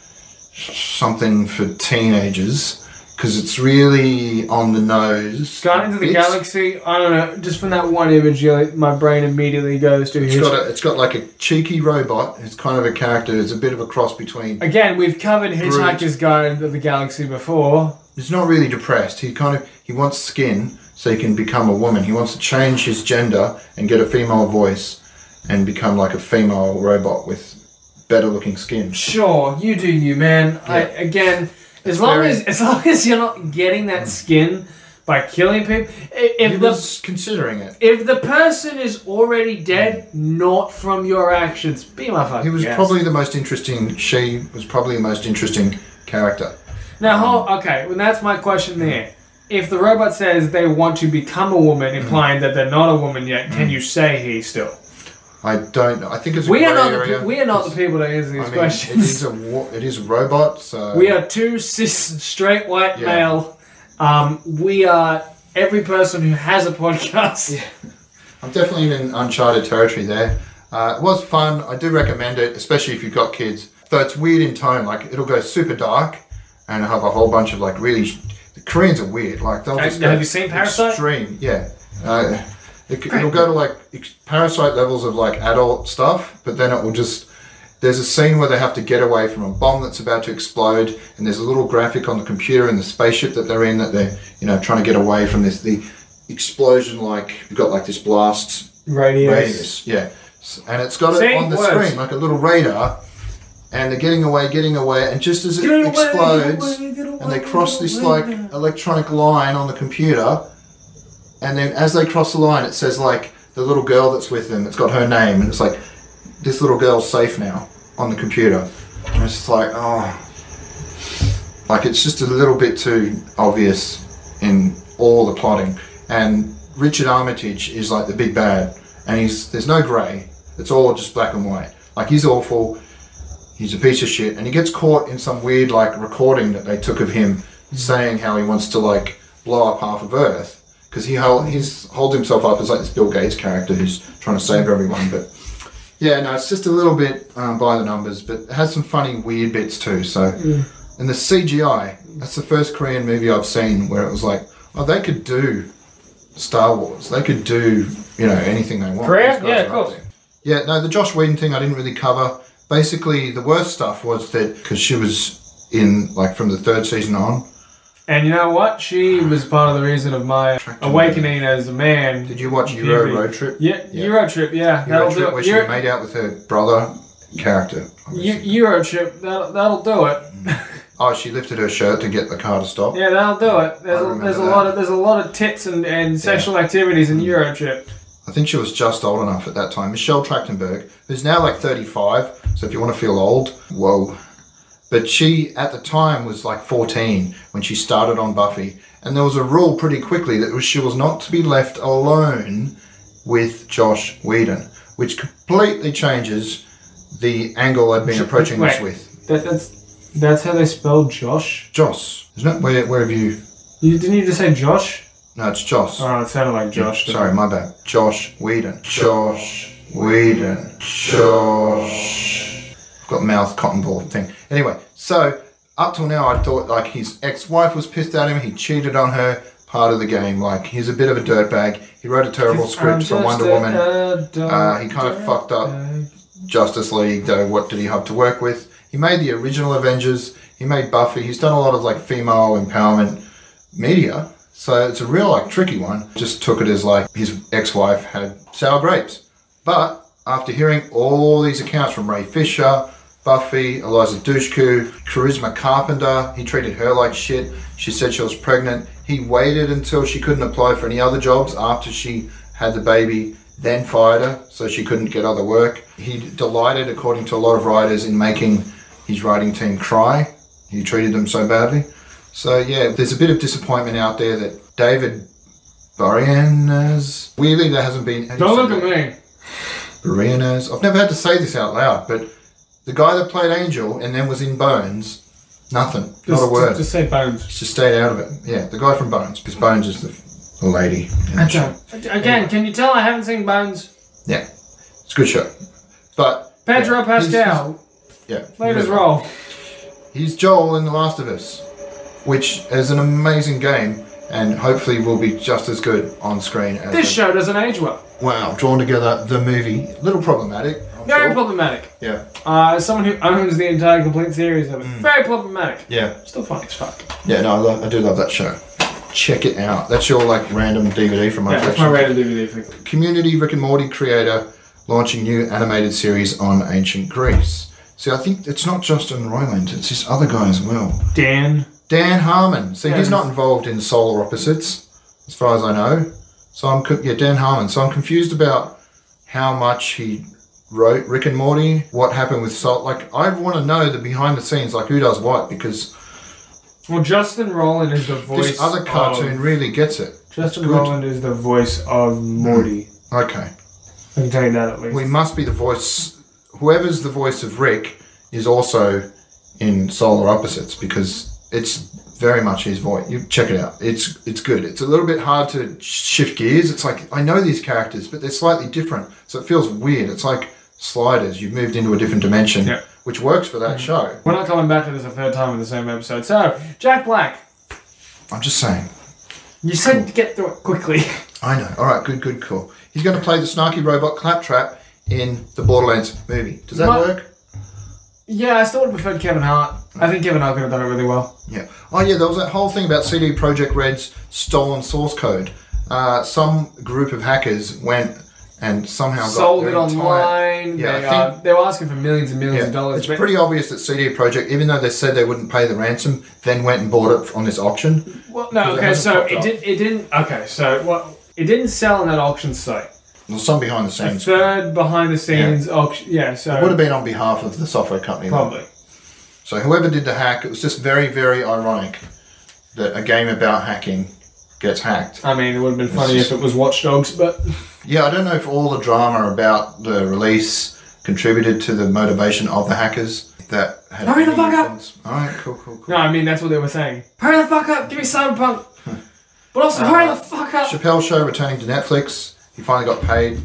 S1: something for teenagers because it's really on the
S2: *laughs*
S1: nose.
S2: Guardians of the
S1: It's-
S2: Galaxy. I don't know. Just from that one image, you know, my brain immediately goes to.
S1: It's
S2: his-
S1: got, a, it's got like a cheeky robot. It's kind of a character. It's a bit of a cross between.
S2: Again, we've covered Hitchhiker's Guide to the Galaxy before.
S1: He's not really depressed. He kind of he wants skin so he can become a woman. He wants to change his gender and get a female voice and become like a female robot with better looking skin.
S2: Sure, you do you, man. I,
S1: Yeah.
S2: again, as long
S1: very-
S2: as as long as you're not getting that skin by killing people, i-
S1: He
S2: if the
S1: was considering it.
S2: if the person is already dead, not from your actions, be my fucking
S1: He was
S2: guest.
S1: probably the most interesting. She was probably the most interesting character.
S2: now. Hold, okay, well that's my question there. If the robot says they want to become a woman,
S1: Mm-hmm.
S2: implying that they're not a woman yet, can you say he still?
S1: I don't know. I think it's a
S2: We are
S1: grey
S2: not the
S1: area.
S2: pe- we are not the people to answer these
S1: I mean, It
S2: questions.
S1: is a wa- it is a robot. So
S2: We are two cis straight white
S1: Yeah.
S2: male. Um, we are every person who has a podcast.
S1: I'm definitely in uncharted territory there. Uh, it was fun. I do recommend it, especially if you've got kids. Though it's weird in tone, like it'll go super dark and have a whole bunch of like really. The Koreans are weird. Like they'll
S2: Have-
S1: just go
S2: have you seen Parasite?
S1: Extreme, yeah. Uh, it, it'll go to like ex- parasite levels of like adult stuff, but then it will just. There's a scene where they have to get away from a bomb that's about to explode, and there's a little graphic on the computer in the spaceship that they're in that they're you know trying to get away from this the explosion. Like you've got like this blast
S2: Radius.
S1: radius. Yeah. S- And it's got it
S2: Same
S1: on the
S2: words.
S1: screen, like a little radar. and they're getting away, getting away, and just as it
S4: Get away, get
S1: explodes,
S4: away, get
S1: and they
S4: away,
S1: cross
S4: get
S1: this
S4: away.
S1: like electronic line on the computer, and then as they cross the line, it says like the little girl that's with them, it's got her name, and it's like this little girl's safe now on the computer, and it's just like oh, like it's just a little bit too obvious in all the plotting, and Richard Armitage is like the big bad, and he's there's no grey, it's all just black and white, like he's awful he's a piece of shit and he gets caught in some weird like recording that they took of him saying how he wants to like blow up half of earth because he hold, he's holds himself up as like this bill gates character who's trying to save everyone but yeah no it's just a little bit um, by the numbers but it has some funny weird bits too so
S4: Mm.
S1: and the cgi that's the first korean movie i've seen where it was like oh they could do star wars they could do you know anything they want
S4: Korea?
S1: These guys
S4: Yeah, of
S1: are up
S4: course.
S1: there. Yeah, no, the Josh Whedon thing I didn't really cover. Basically, the worst stuff was that because she was in like from the third season on.
S2: And you know what? She was part of the reason of my
S1: Attracted
S2: awakening as a man.
S1: Did you watch
S2: Yeah,
S1: Euro
S2: we-
S1: Road Trip?
S2: Yeah,
S1: Yeah.
S2: Euro trip.
S1: Euro
S2: Yeah, that'll
S1: Trip,
S2: do
S1: where
S2: it.
S1: she
S2: Euro,
S1: made out with her brother character.
S2: Eu-
S1: obviously.
S2: Euro trip. That'll, that'll do it.
S1: oh, she lifted her shirt to get the car to stop.
S2: Yeah, that'll do it. There's, a,
S1: remember
S2: there's a
S1: that. Mm.
S2: lot of there's a lot of tits and, and sexual activities in Euro trip.
S1: I think she was just old enough at that time. Michelle Trachtenberg, who's now like 35, so if you want to feel old, whoa. But she, at the time, was like 14 when she started on Buffy. And there was a rule pretty quickly that was she was not to be left alone with Josh Whedon, which completely changes the angle I'd been approaching this
S2: Wait.
S1: with.
S2: That, that's that's how they spelled Josh.
S1: Josh, isn't it? Where, where have you.
S2: You didn't you just say Josh?
S1: No, it's Josh.
S2: Oh, it sounded like Josh. didn't
S1: Sorry, my bad. Josh Whedon. Josh Whedon. Josh. I've got mouth cotton ball thing. Anyway, so up till now, I thought like his ex-wife was pissed at him. He cheated on her. Part of the game. Like he's a bit of a dirtbag. He wrote a
S2: it?
S1: terrible
S2: I'm
S1: script for
S2: just
S1: Wonder
S2: a-
S1: Woman.
S2: a dog
S1: Uh, he kind of fucked up
S2: bag.
S1: Justice League, though, what did he have to work with? He made the original Avengers, he made Buffy, he's done a lot of like female empowerment media. So it's a real like tricky one. Just took it as like his ex wife had sour grapes. But after hearing all these accounts from Ray Fisher, Buffy, Eliza Dushku, Charisma Carpenter, he treated her like shit. She said she was pregnant. He waited until she couldn't apply for any other jobs after she had the baby, then fired her so she couldn't get other work. He delighted, according to a lot of writers, in making his writing team cry. He treated them so badly. So, yeah, there's a bit of disappointment out there that David Boreanaz, weirdly, there hasn't been.
S2: Don't look at me.
S1: Marinos. I've never had to say this out loud, but the guy that played Angel and then was in Bones, nothing,
S2: Just,
S1: not a word.
S2: Just, just say bones.
S1: Just, stayed out of it. Yeah, the guy from Bones, because Bones is the, the lady. in the
S2: I
S1: show.
S2: don't.
S4: Again, can you tell I haven't seen Bones?
S1: Yeah, it's a good show. But
S4: Pedro
S1: yeah, he's-
S4: Pascal,
S1: yeah,
S4: played his
S1: he's-
S4: role.
S1: He's Joel in The Last of Us, which is an amazing game, and hopefully will be just as good on screen as
S4: This
S1: the-
S4: show doesn't age well.
S1: Wow, drawn together the movie, little problematic. I'm
S4: Very
S1: sure.
S4: problematic.
S1: yeah,
S4: Uh, as someone who owns the entire complete series of it,
S1: Hmm.
S4: very problematic.
S1: yeah.
S4: Still funny as fuck.
S1: Yeah, no, I, love, I do love that show. Check it out. That's your like random DVD from my
S2: Yeah, that's
S1: collection.
S2: my rated DVD thing.
S1: Community Rick and Morty creator launching new animated series on ancient Greece. See, I think it's not Justin Roiland; it's this other guy as well.
S2: Dan.
S1: Dan Harmon. See,
S2: Yeah,
S1: he's not
S2: he's-
S1: involved in Solar Opposites, as far as I know. So I'm co- yeah, Dan Harmon. So I'm confused about how much he wrote Rick and Morty. What happened with Salt? Like, I want to know the behind the scenes, like who does what, because
S2: Well, Justin Roland is the voice.
S1: this other cartoon
S2: Of,
S1: really gets it.
S2: Justin
S1: good.
S2: Roland is the voice of Morty.
S1: Okay.
S2: I can tell you that at least.
S1: We must be the voice. Whoever's the voice of Rick is also in Solar Opposites because it's very much his voice. You check it out. It's it's good. It's a little bit hard to shift gears. It's like I know these characters, but they're slightly different, so it feels weird. It's like sliders. You've moved into a different dimension,
S2: Yeah.
S1: which works for that show.
S2: We're not coming back to this a third time in the same episode. So, Jack Black.
S1: I'm just saying.
S4: You said to get through it
S2: *laughs*
S4: quickly.
S1: I know. All right. Good. Good. Cool. He's going to play the snarky robot Claptrap in the Borderlands movie. Does that
S4: My-
S1: work?
S4: yeah, I still would have preferred Kevin Hart.
S2: I think Kevin Hart could have done it really well.
S1: Yeah. Oh, yeah. There was that whole thing about CD Projekt Red's stolen source code. Uh, some group of hackers went and somehow got
S2: sold
S1: their
S2: it
S1: entire-
S2: online.
S1: Yeah,
S2: they,
S1: I
S2: are, they were asking for millions and millions
S1: Yeah,
S2: of dollars.
S1: it's
S2: but-
S1: pretty obvious that CD Projekt, even though they said they wouldn't pay the ransom, then went and bought it on this auction.
S2: Well,
S1: Because
S2: no,
S1: it
S2: okay,
S1: hasn't
S2: so
S1: popped
S2: it
S1: up.
S2: did. It didn't. Okay, so well, it didn't sell on that auction site.
S1: Well, some behind the
S2: A
S1: scenes. Would
S2: third behind the scenes auction. Yeah, so
S1: have been on behalf of the software company. though.
S2: probably.
S1: So whoever did the hack, it was just very, very ironic that a game about hacking gets hacked.
S2: I mean, it would have been funny
S1: just-
S2: if it was Watch Dogs, but
S1: Yeah, I don't know if all the drama about the release contributed to the motivation of the hackers that had.
S2: Hurry the
S1: any
S2: fuck up.
S1: influence. All right, cool, cool, cool.
S2: no, I mean that's what they were saying. Hurry the fuck up! Give me Cyberpunk.
S1: Hmm.
S4: But also, hurry the fuck up.
S1: Chappelle Show returning to Netflix. He finally got paid,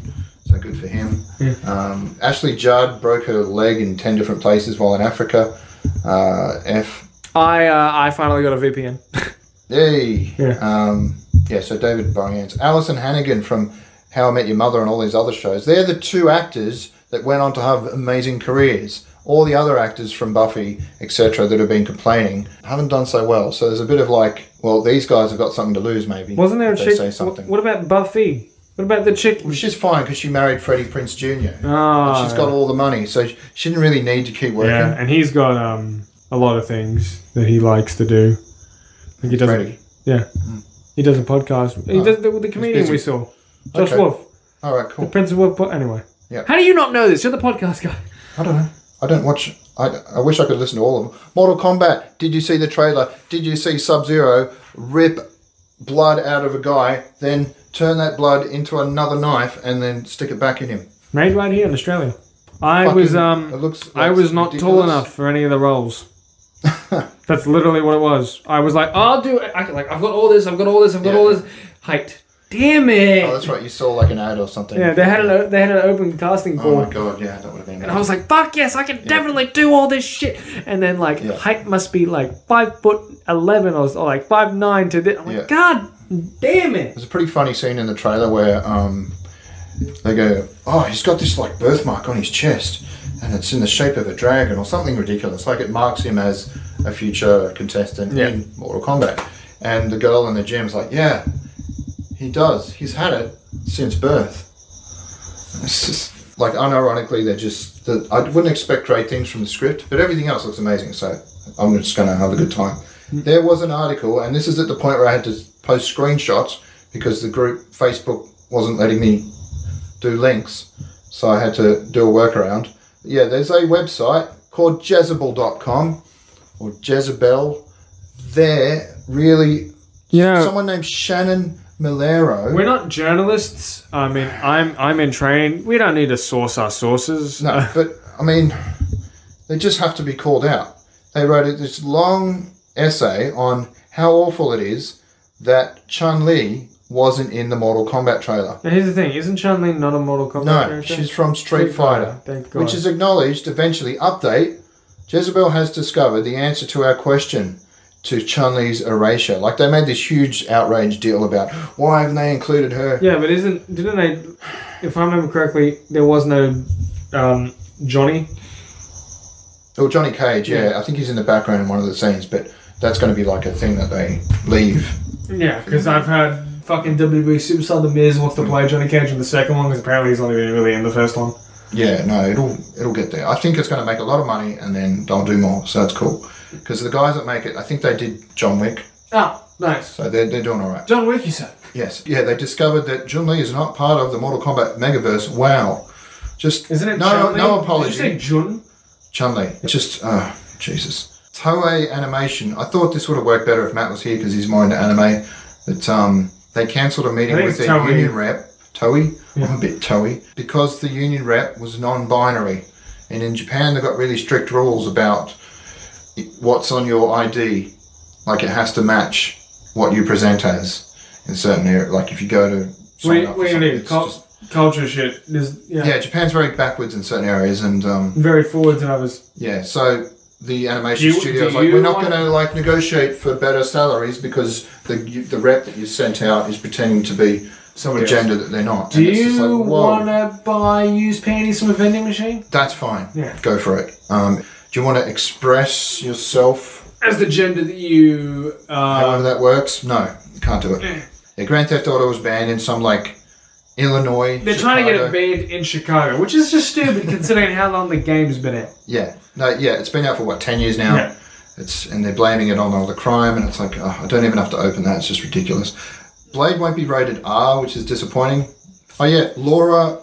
S1: so good for him. Um, Ashley Judd broke her leg in 10 different places while in Africa. Uh, F.
S2: I uh, I finally got a VPN.
S1: Yay.
S2: Yeah.
S1: Um, yeah, so David Boreanaz. Alison Hannigan from How I Met Your Mother and all these other shows. They're the two actors that went on to have amazing careers. All the other actors from Buffy, etc., that have been complaining haven't done so well. So there's a bit of like, well, these guys have got something to lose, maybe.
S2: Wasn't there a
S1: if they
S2: chick?
S1: say
S2: wh-
S1: something.
S2: What about Buffy? What about the chick?
S1: Well, she's fine because she married Freddie Prince Jr.
S2: Ah,
S1: She's got all the money, so she she didn't really need to keep working.
S2: yeah, and he's got um a lot of things that he likes to do. Like he doesn't.
S1: Freddie.
S2: Yeah, he does a podcast. He
S1: Hmm. Oh,
S2: does the, the comedian
S1: busy.
S2: we saw, Josh
S1: Okay.
S2: Wolf.
S1: All right,
S2: The
S1: cool.
S2: Prince of Wolf. But anyway,
S1: Yeah.
S2: How do you not know this? You're the podcast guy.
S1: I don't know. I don't watch. I, I wish I could listen to all of them. Mortal Kombat. Did you see the trailer? Did you see Sub Zero rip blood out of a guy, then turn that blood into another knife, and then stick it back in him?
S2: Made right here in Australia. I
S1: Fucking-
S2: was um.
S1: it looks
S2: I
S1: like
S2: was not tall
S1: ridiculous.
S2: enough for any of
S1: *laughs*
S2: the roles. That's literally what it was. I was like, I'll do it. I, can- like, I've got all this. I've got all this. I've got
S1: Yeah.
S2: all this. Height. Damn it.
S1: Oh, that's right. You saw like an ad or something.
S2: yeah, they had an they had an open casting call.
S1: Oh my god! Yeah, that would have been.
S2: And I was like, fuck yes, I can definitely do all this shit. And then like
S1: Yeah.
S2: height must be like five foot eleven or, or like five nine to this. I'm like,
S1: Yeah.
S2: God damn it.
S1: There's a pretty funny scene in the trailer where um, they go, "Oh, he's got this like birthmark on his chest, and it's in the shape of a dragon or something ridiculous. Like it marks him as a future contestant
S2: Yeah.
S1: in Mortal Kombat." And the girl in the gym's like, "Yeah, he does. He's had it since birth." It's just like unironically, they're just. The, I wouldn't expect great things from the script, but everything else looks amazing. So I'm just going to have a good time. There was an article, and this is at the point where I had to post screenshots because the group Facebook wasn't letting me do links, so I had to do a workaround. Yeah, there's a website called Jezebel.com or Jezebel. There really,
S2: You know,
S1: someone named Shannon Milero.
S2: we're not journalists. I mean, I'm I'm in training. We don't need to source our sources.
S1: No, but I mean, they just have to be called out. They wrote it- this long essay on how awful it is that Chun Li wasn't in the Mortal Kombat trailer.
S2: Now, here's the thing: isn't Chun Li not a Mortal Kombat
S1: No,
S2: character?
S1: she's from Street, Fighter,
S2: Thank God.
S1: which is acknowledged eventually. Update: Jezebel has discovered the answer to our question to Chun Li's erasure. Like they made this huge outrage deal about why haven't they included her?
S2: yeah, but isn't didn't they? If I remember correctly, there was no um, Johnny.
S1: Well, Johnny Cage, yeah, I think he's in the background in one of the scenes, but that's going to be like a thing that they leave.
S2: Yeah, because I've heard fucking WWE superstar The Miz wants to play Johnny Cage in the second one because apparently he's not even really in the first one.
S1: Yeah, no, it'll it'll get there. I think it's going to make a lot of money, and then they'll do more. So that's cool. Because the guys that make it, I think they did John Wick,
S2: Oh, nice.
S1: so they're, they're doing all right.
S2: John Wick, you said.
S1: Yes, yeah, they discovered that Chun Li is not part of the Mortal Kombat megaverse. Wow, just
S2: Isn't it?
S1: no no
S2: Chun-Li? Did you say
S1: apology,
S2: Jun?
S1: Chun Li. It's just oh Jesus. Toei Animation. I thought this would have worked better if Matt was here because he's more into anime. But um, they cancelled a meeting
S2: I think
S1: with
S2: it's
S1: their
S2: Toei.
S1: union rep, Toei. I'm a bit Toei because the union rep was non-binary, and in Japan they've got really strict rules about i- what's on your ID. Like it has to match what you present as in certain area. Like if you go to sign
S2: We
S1: up for
S2: we
S1: something,
S2: need
S1: it's
S2: cul-
S1: just-
S2: culture shit. There's, yeah,
S1: yeah, Japan's very backwards in certain areas, and um,
S2: very forward to others.
S1: yeah, so the animation
S2: Do you-
S1: studio is
S2: do
S1: like,
S2: you
S1: we're not
S2: want-
S1: going to like negotiate for better salaries because the you- the rep that you sent out is pretending to be a
S2: Somebody else.
S1: gender that they're not.
S2: Oh, Do
S1: And it's just
S2: you
S1: like, whoa,
S2: want to buy used panties from a vending machine?
S1: That's fine.
S2: Yeah.
S1: Go for it. Um, do you want to express yourself?
S2: As the gender that you. Uh,
S1: However that works. No, you can't do it. Yeah, Grand Theft Auto was banned in some like Illinois.
S2: They're trying to get
S1: Chicago.
S2: it banned in Chicago, which is just stupid considering how long the game's been out.
S1: Yeah, no, yeah, it's been out for what ten years now.
S2: Yeah.
S1: It's and they're blaming it on all the crime, and it's like oh, I don't even have to open that. It's just ridiculous. Blade won't be rated R, which is disappointing. Oh yeah, Laura,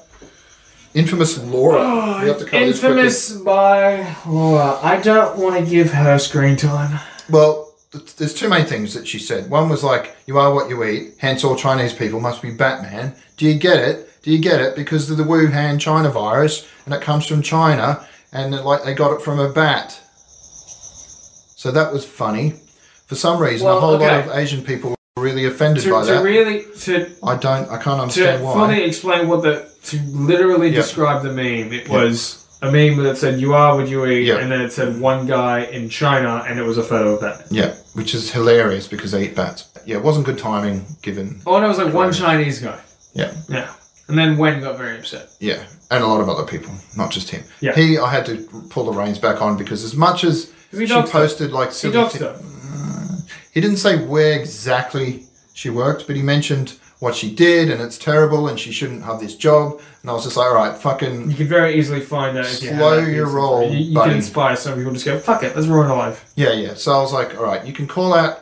S1: infamous Laura. we have to cover this quickly.
S2: Infamous by
S4: Laura, I don't want to give her screen time.
S1: Well, th- there's two main things that she said. One was like, "You are what you eat." Hence, all Chinese people must be Batman. Do you get it? Do you get it? Because of the Wuhan China virus, and it comes from China, and it- like they got it from a bat. So that was funny. For some reason, a
S2: Well,
S1: whole lot
S2: okay.
S1: of Asian people were really offended
S2: to,
S1: by
S2: to
S1: that.
S2: really to
S1: I don't. I can't
S2: to
S1: understand why.
S2: fully explain what the to literally
S1: Yeah.
S2: describe the meme. It was a meme that said "You are what you eat,"
S1: Yeah.
S2: and then it said one guy in China, and it was a photo of that.
S1: Yeah, which is hilarious because they eat bats. Yeah, it wasn't good timing given.
S2: Oh, and it was like one Chinese guy.
S1: Yeah.
S2: Yeah, and then Wen got very upset.
S1: Yeah, and a lot of other people, not just him.
S2: Yeah.
S1: He, I had to pull the reins back on because as much as
S2: He
S1: she
S2: doxed her.
S1: posted like
S2: He
S1: silly,
S2: got
S1: thi-
S2: stuff.
S1: he didn't say where exactly she worked, but he mentioned what she did and it's terrible and she shouldn't have this job. And I was just like, all right, fucking *laughs*
S2: You can very easily find out. If you
S1: Slow
S2: have that
S1: your
S2: piece.
S1: roll,
S2: You, you
S1: buddy.
S2: can inspire some people. to Just go fuck it. Let's ruin a life.
S1: yeah, yeah. So I was like, all right, you can call out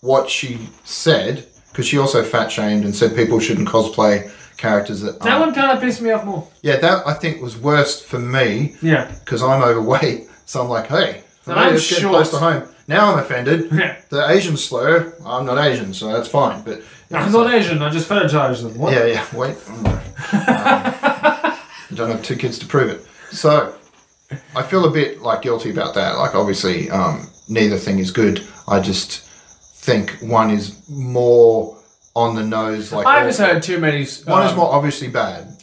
S1: what she said because she also fat shamed and said people shouldn't cosplay characters that.
S2: That
S1: aren't-
S2: one kind of pissed me off more.
S1: Yeah, that I think was worst for me
S2: Yeah.
S1: because I'm overweight. So I'm like, hey,
S2: And
S1: maybe
S2: I'm
S1: it's getting
S2: short.
S1: close to home. Now I'm offended.
S2: *laughs* Yeah.
S1: The Asian slur, I'm not Asian, so that's fine. But
S2: I'm not Asian. I just fetishized them. What?
S1: *laughs* yeah, yeah.
S2: *laughs*
S1: Wait, Mm. Um, you don't have two kids to prove it. So I feel a bit like guilty about that. Like obviously, um, neither thing is good. I just think one is more on the nose. Like
S2: I've
S1: all-
S2: just heard too many.
S1: one is
S2: um,
S1: more obviously bad.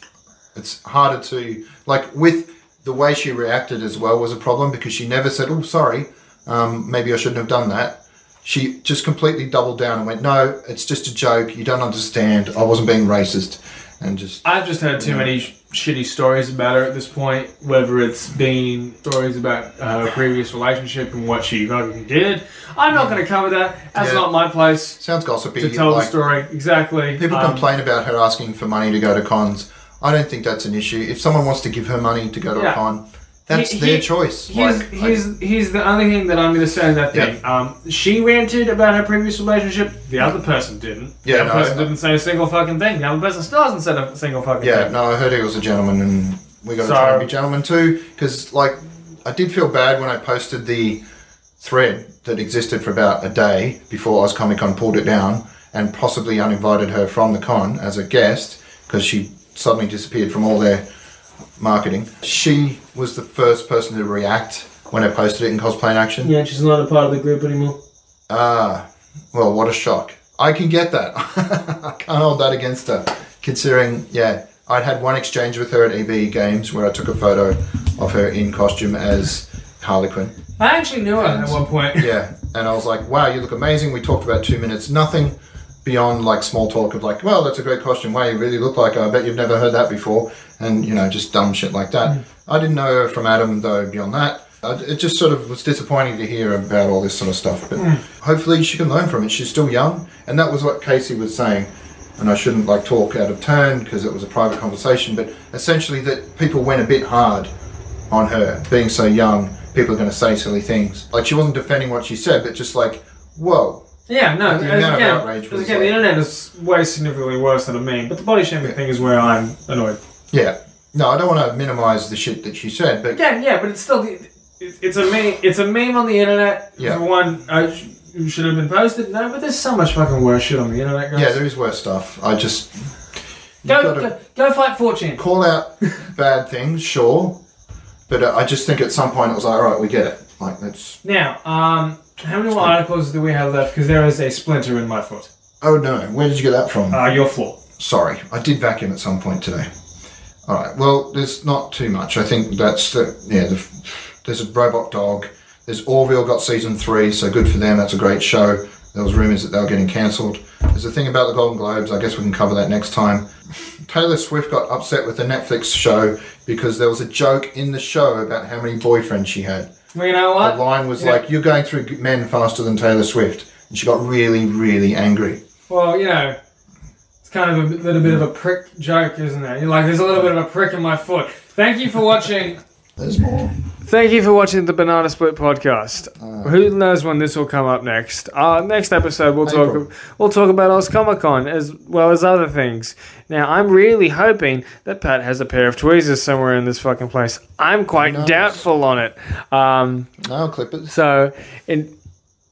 S1: It's harder to like with the way she reacted as well was a problem because she never said, "Oh, sorry, um, maybe I shouldn't have done that." She just completely doubled down and went, "No, it's just a joke. You don't understand. I wasn't being racist," and just
S2: I've just heard too many sh- shitty stories about her at this point. Whether it's been stories about her previous relationship and what she fucking did, I'm not going to cover that. That's
S1: Yeah.
S2: not my place
S1: sounds gossipy.
S2: to tell
S1: like,
S2: the story exactly.
S1: People
S2: Um,
S1: complain about her asking for money to go to cons. I don't think that's an issue. If someone wants to give her money to go to a
S2: Yeah.
S1: con, that's
S2: He-
S1: their
S2: he-
S1: choice.
S2: Here's,
S1: Like, I-
S2: here's, here's the only thing that I'm going to say in that thing. Um, she ranted about her previous relationship. The other person didn't.
S1: Yeah,
S2: the other
S1: no,
S2: person
S1: I-
S2: didn't say a single fucking thing. The other person still hasn't said a single fucking
S1: Yeah,
S2: thing.
S1: no, I heard he was a gentleman, and we got to
S2: So-
S1: try and be gentlemen too. Because like, I did feel bad when I posted the thread that existed for about a day before Oz Comic Con pulled it down and possibly uninvited her from the con as a guest because she suddenly disappeared from all their marketing. She was the first person to react when I posted it in cosplay in action.
S4: Yeah, she's not a part of the group anymore.
S1: Ah, well, what a shock. I can get that. *laughs* I can't hold that against her, considering, yeah, I'd had one exchange with her at EB Games where I took a photo of her in costume as Harlequin.
S2: I actually knew her at one point.
S1: Yeah, and I was like, wow, you look amazing. We talked about two minutes, nothing beyond like small talk of like, well, that's a great costume. Wow, you really look like her. I bet you've never heard that before. And, you know, just dumb shit like that. I didn't know her from Adam, though, beyond that. I, it just sort of was disappointing to hear about all this sort of stuff. But hopefully she can learn from it. She's still young. And that was what Casey was saying. And I shouldn't like talk out of turn because it was a private conversation. But essentially, that people went a bit hard on her being so young. People are going to say silly things. Like she wasn't defending what she said, but just like, whoa,
S2: Yeah, no.
S1: The
S2: as
S1: amount of
S2: again,
S1: outrage
S2: as
S1: was
S2: again,
S1: like-
S2: the internet is way significantly worse than a meme. But the body shaming thing is where I'm annoyed.
S1: yeah. No, I don't want to minimize the shit that she said, but
S2: Again, yeah, but it's still it, it's a meme. It's a meme on the internet.
S1: Yeah.
S2: For one, uh, sh- should have been posted. No, but there's so much fucking worse shit on the internet, guys.
S1: yeah, there is worse stuff. I just you
S2: go,
S1: gotta
S2: go go fight fortune.
S1: call out bad things, sure, but uh, I just think at some point it was like, all right, we get it. Like that's
S2: Now, um, how many more articles do we have left? Because there is a splinter in my foot.
S1: oh no, where did you get that from?
S2: Uh, your floor.
S1: Sorry, I did vacuum at some point today. All right. Well, there's not too much. I think that's the yeah. The, there's a robot dog. There's Orville got season three, so good for them. That's a great show. There was rumors that they were getting cancelled. There's a thing about the Golden Globes. I guess we can cover that next time. Taylor Swift got upset with the Netflix show because there was a joke in the show about how many boyfriends she had.
S2: Well, you know
S1: The
S2: what?
S1: line was like, "You're going through men faster than Taylor Swift," and she got really, really angry.
S2: Well, you know, it's
S4: kind of a little bit of a prick joke, isn't it? You're like, there's a little bit of a prick in my foot. Thank you for watching.
S5: There's more.
S2: Thank you for watching the Banana Split podcast.
S1: Ah.
S2: Who knows when this will come up next? Uh, next episode we'll
S1: April.
S2: talk we'll talk about Oz Comic Con as well as other things. Now I'm really hoping that Pat has a pair of tweezers somewhere in this fucking place. I'm quite
S1: knows?
S2: doubtful on it. Um,
S1: No clippers.
S2: so, in,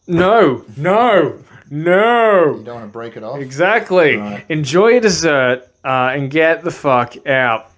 S2: no, no, no.
S1: You don't want to break it off.
S2: Exactly.
S1: Right.
S2: Enjoy your dessert uh, and get the fuck out.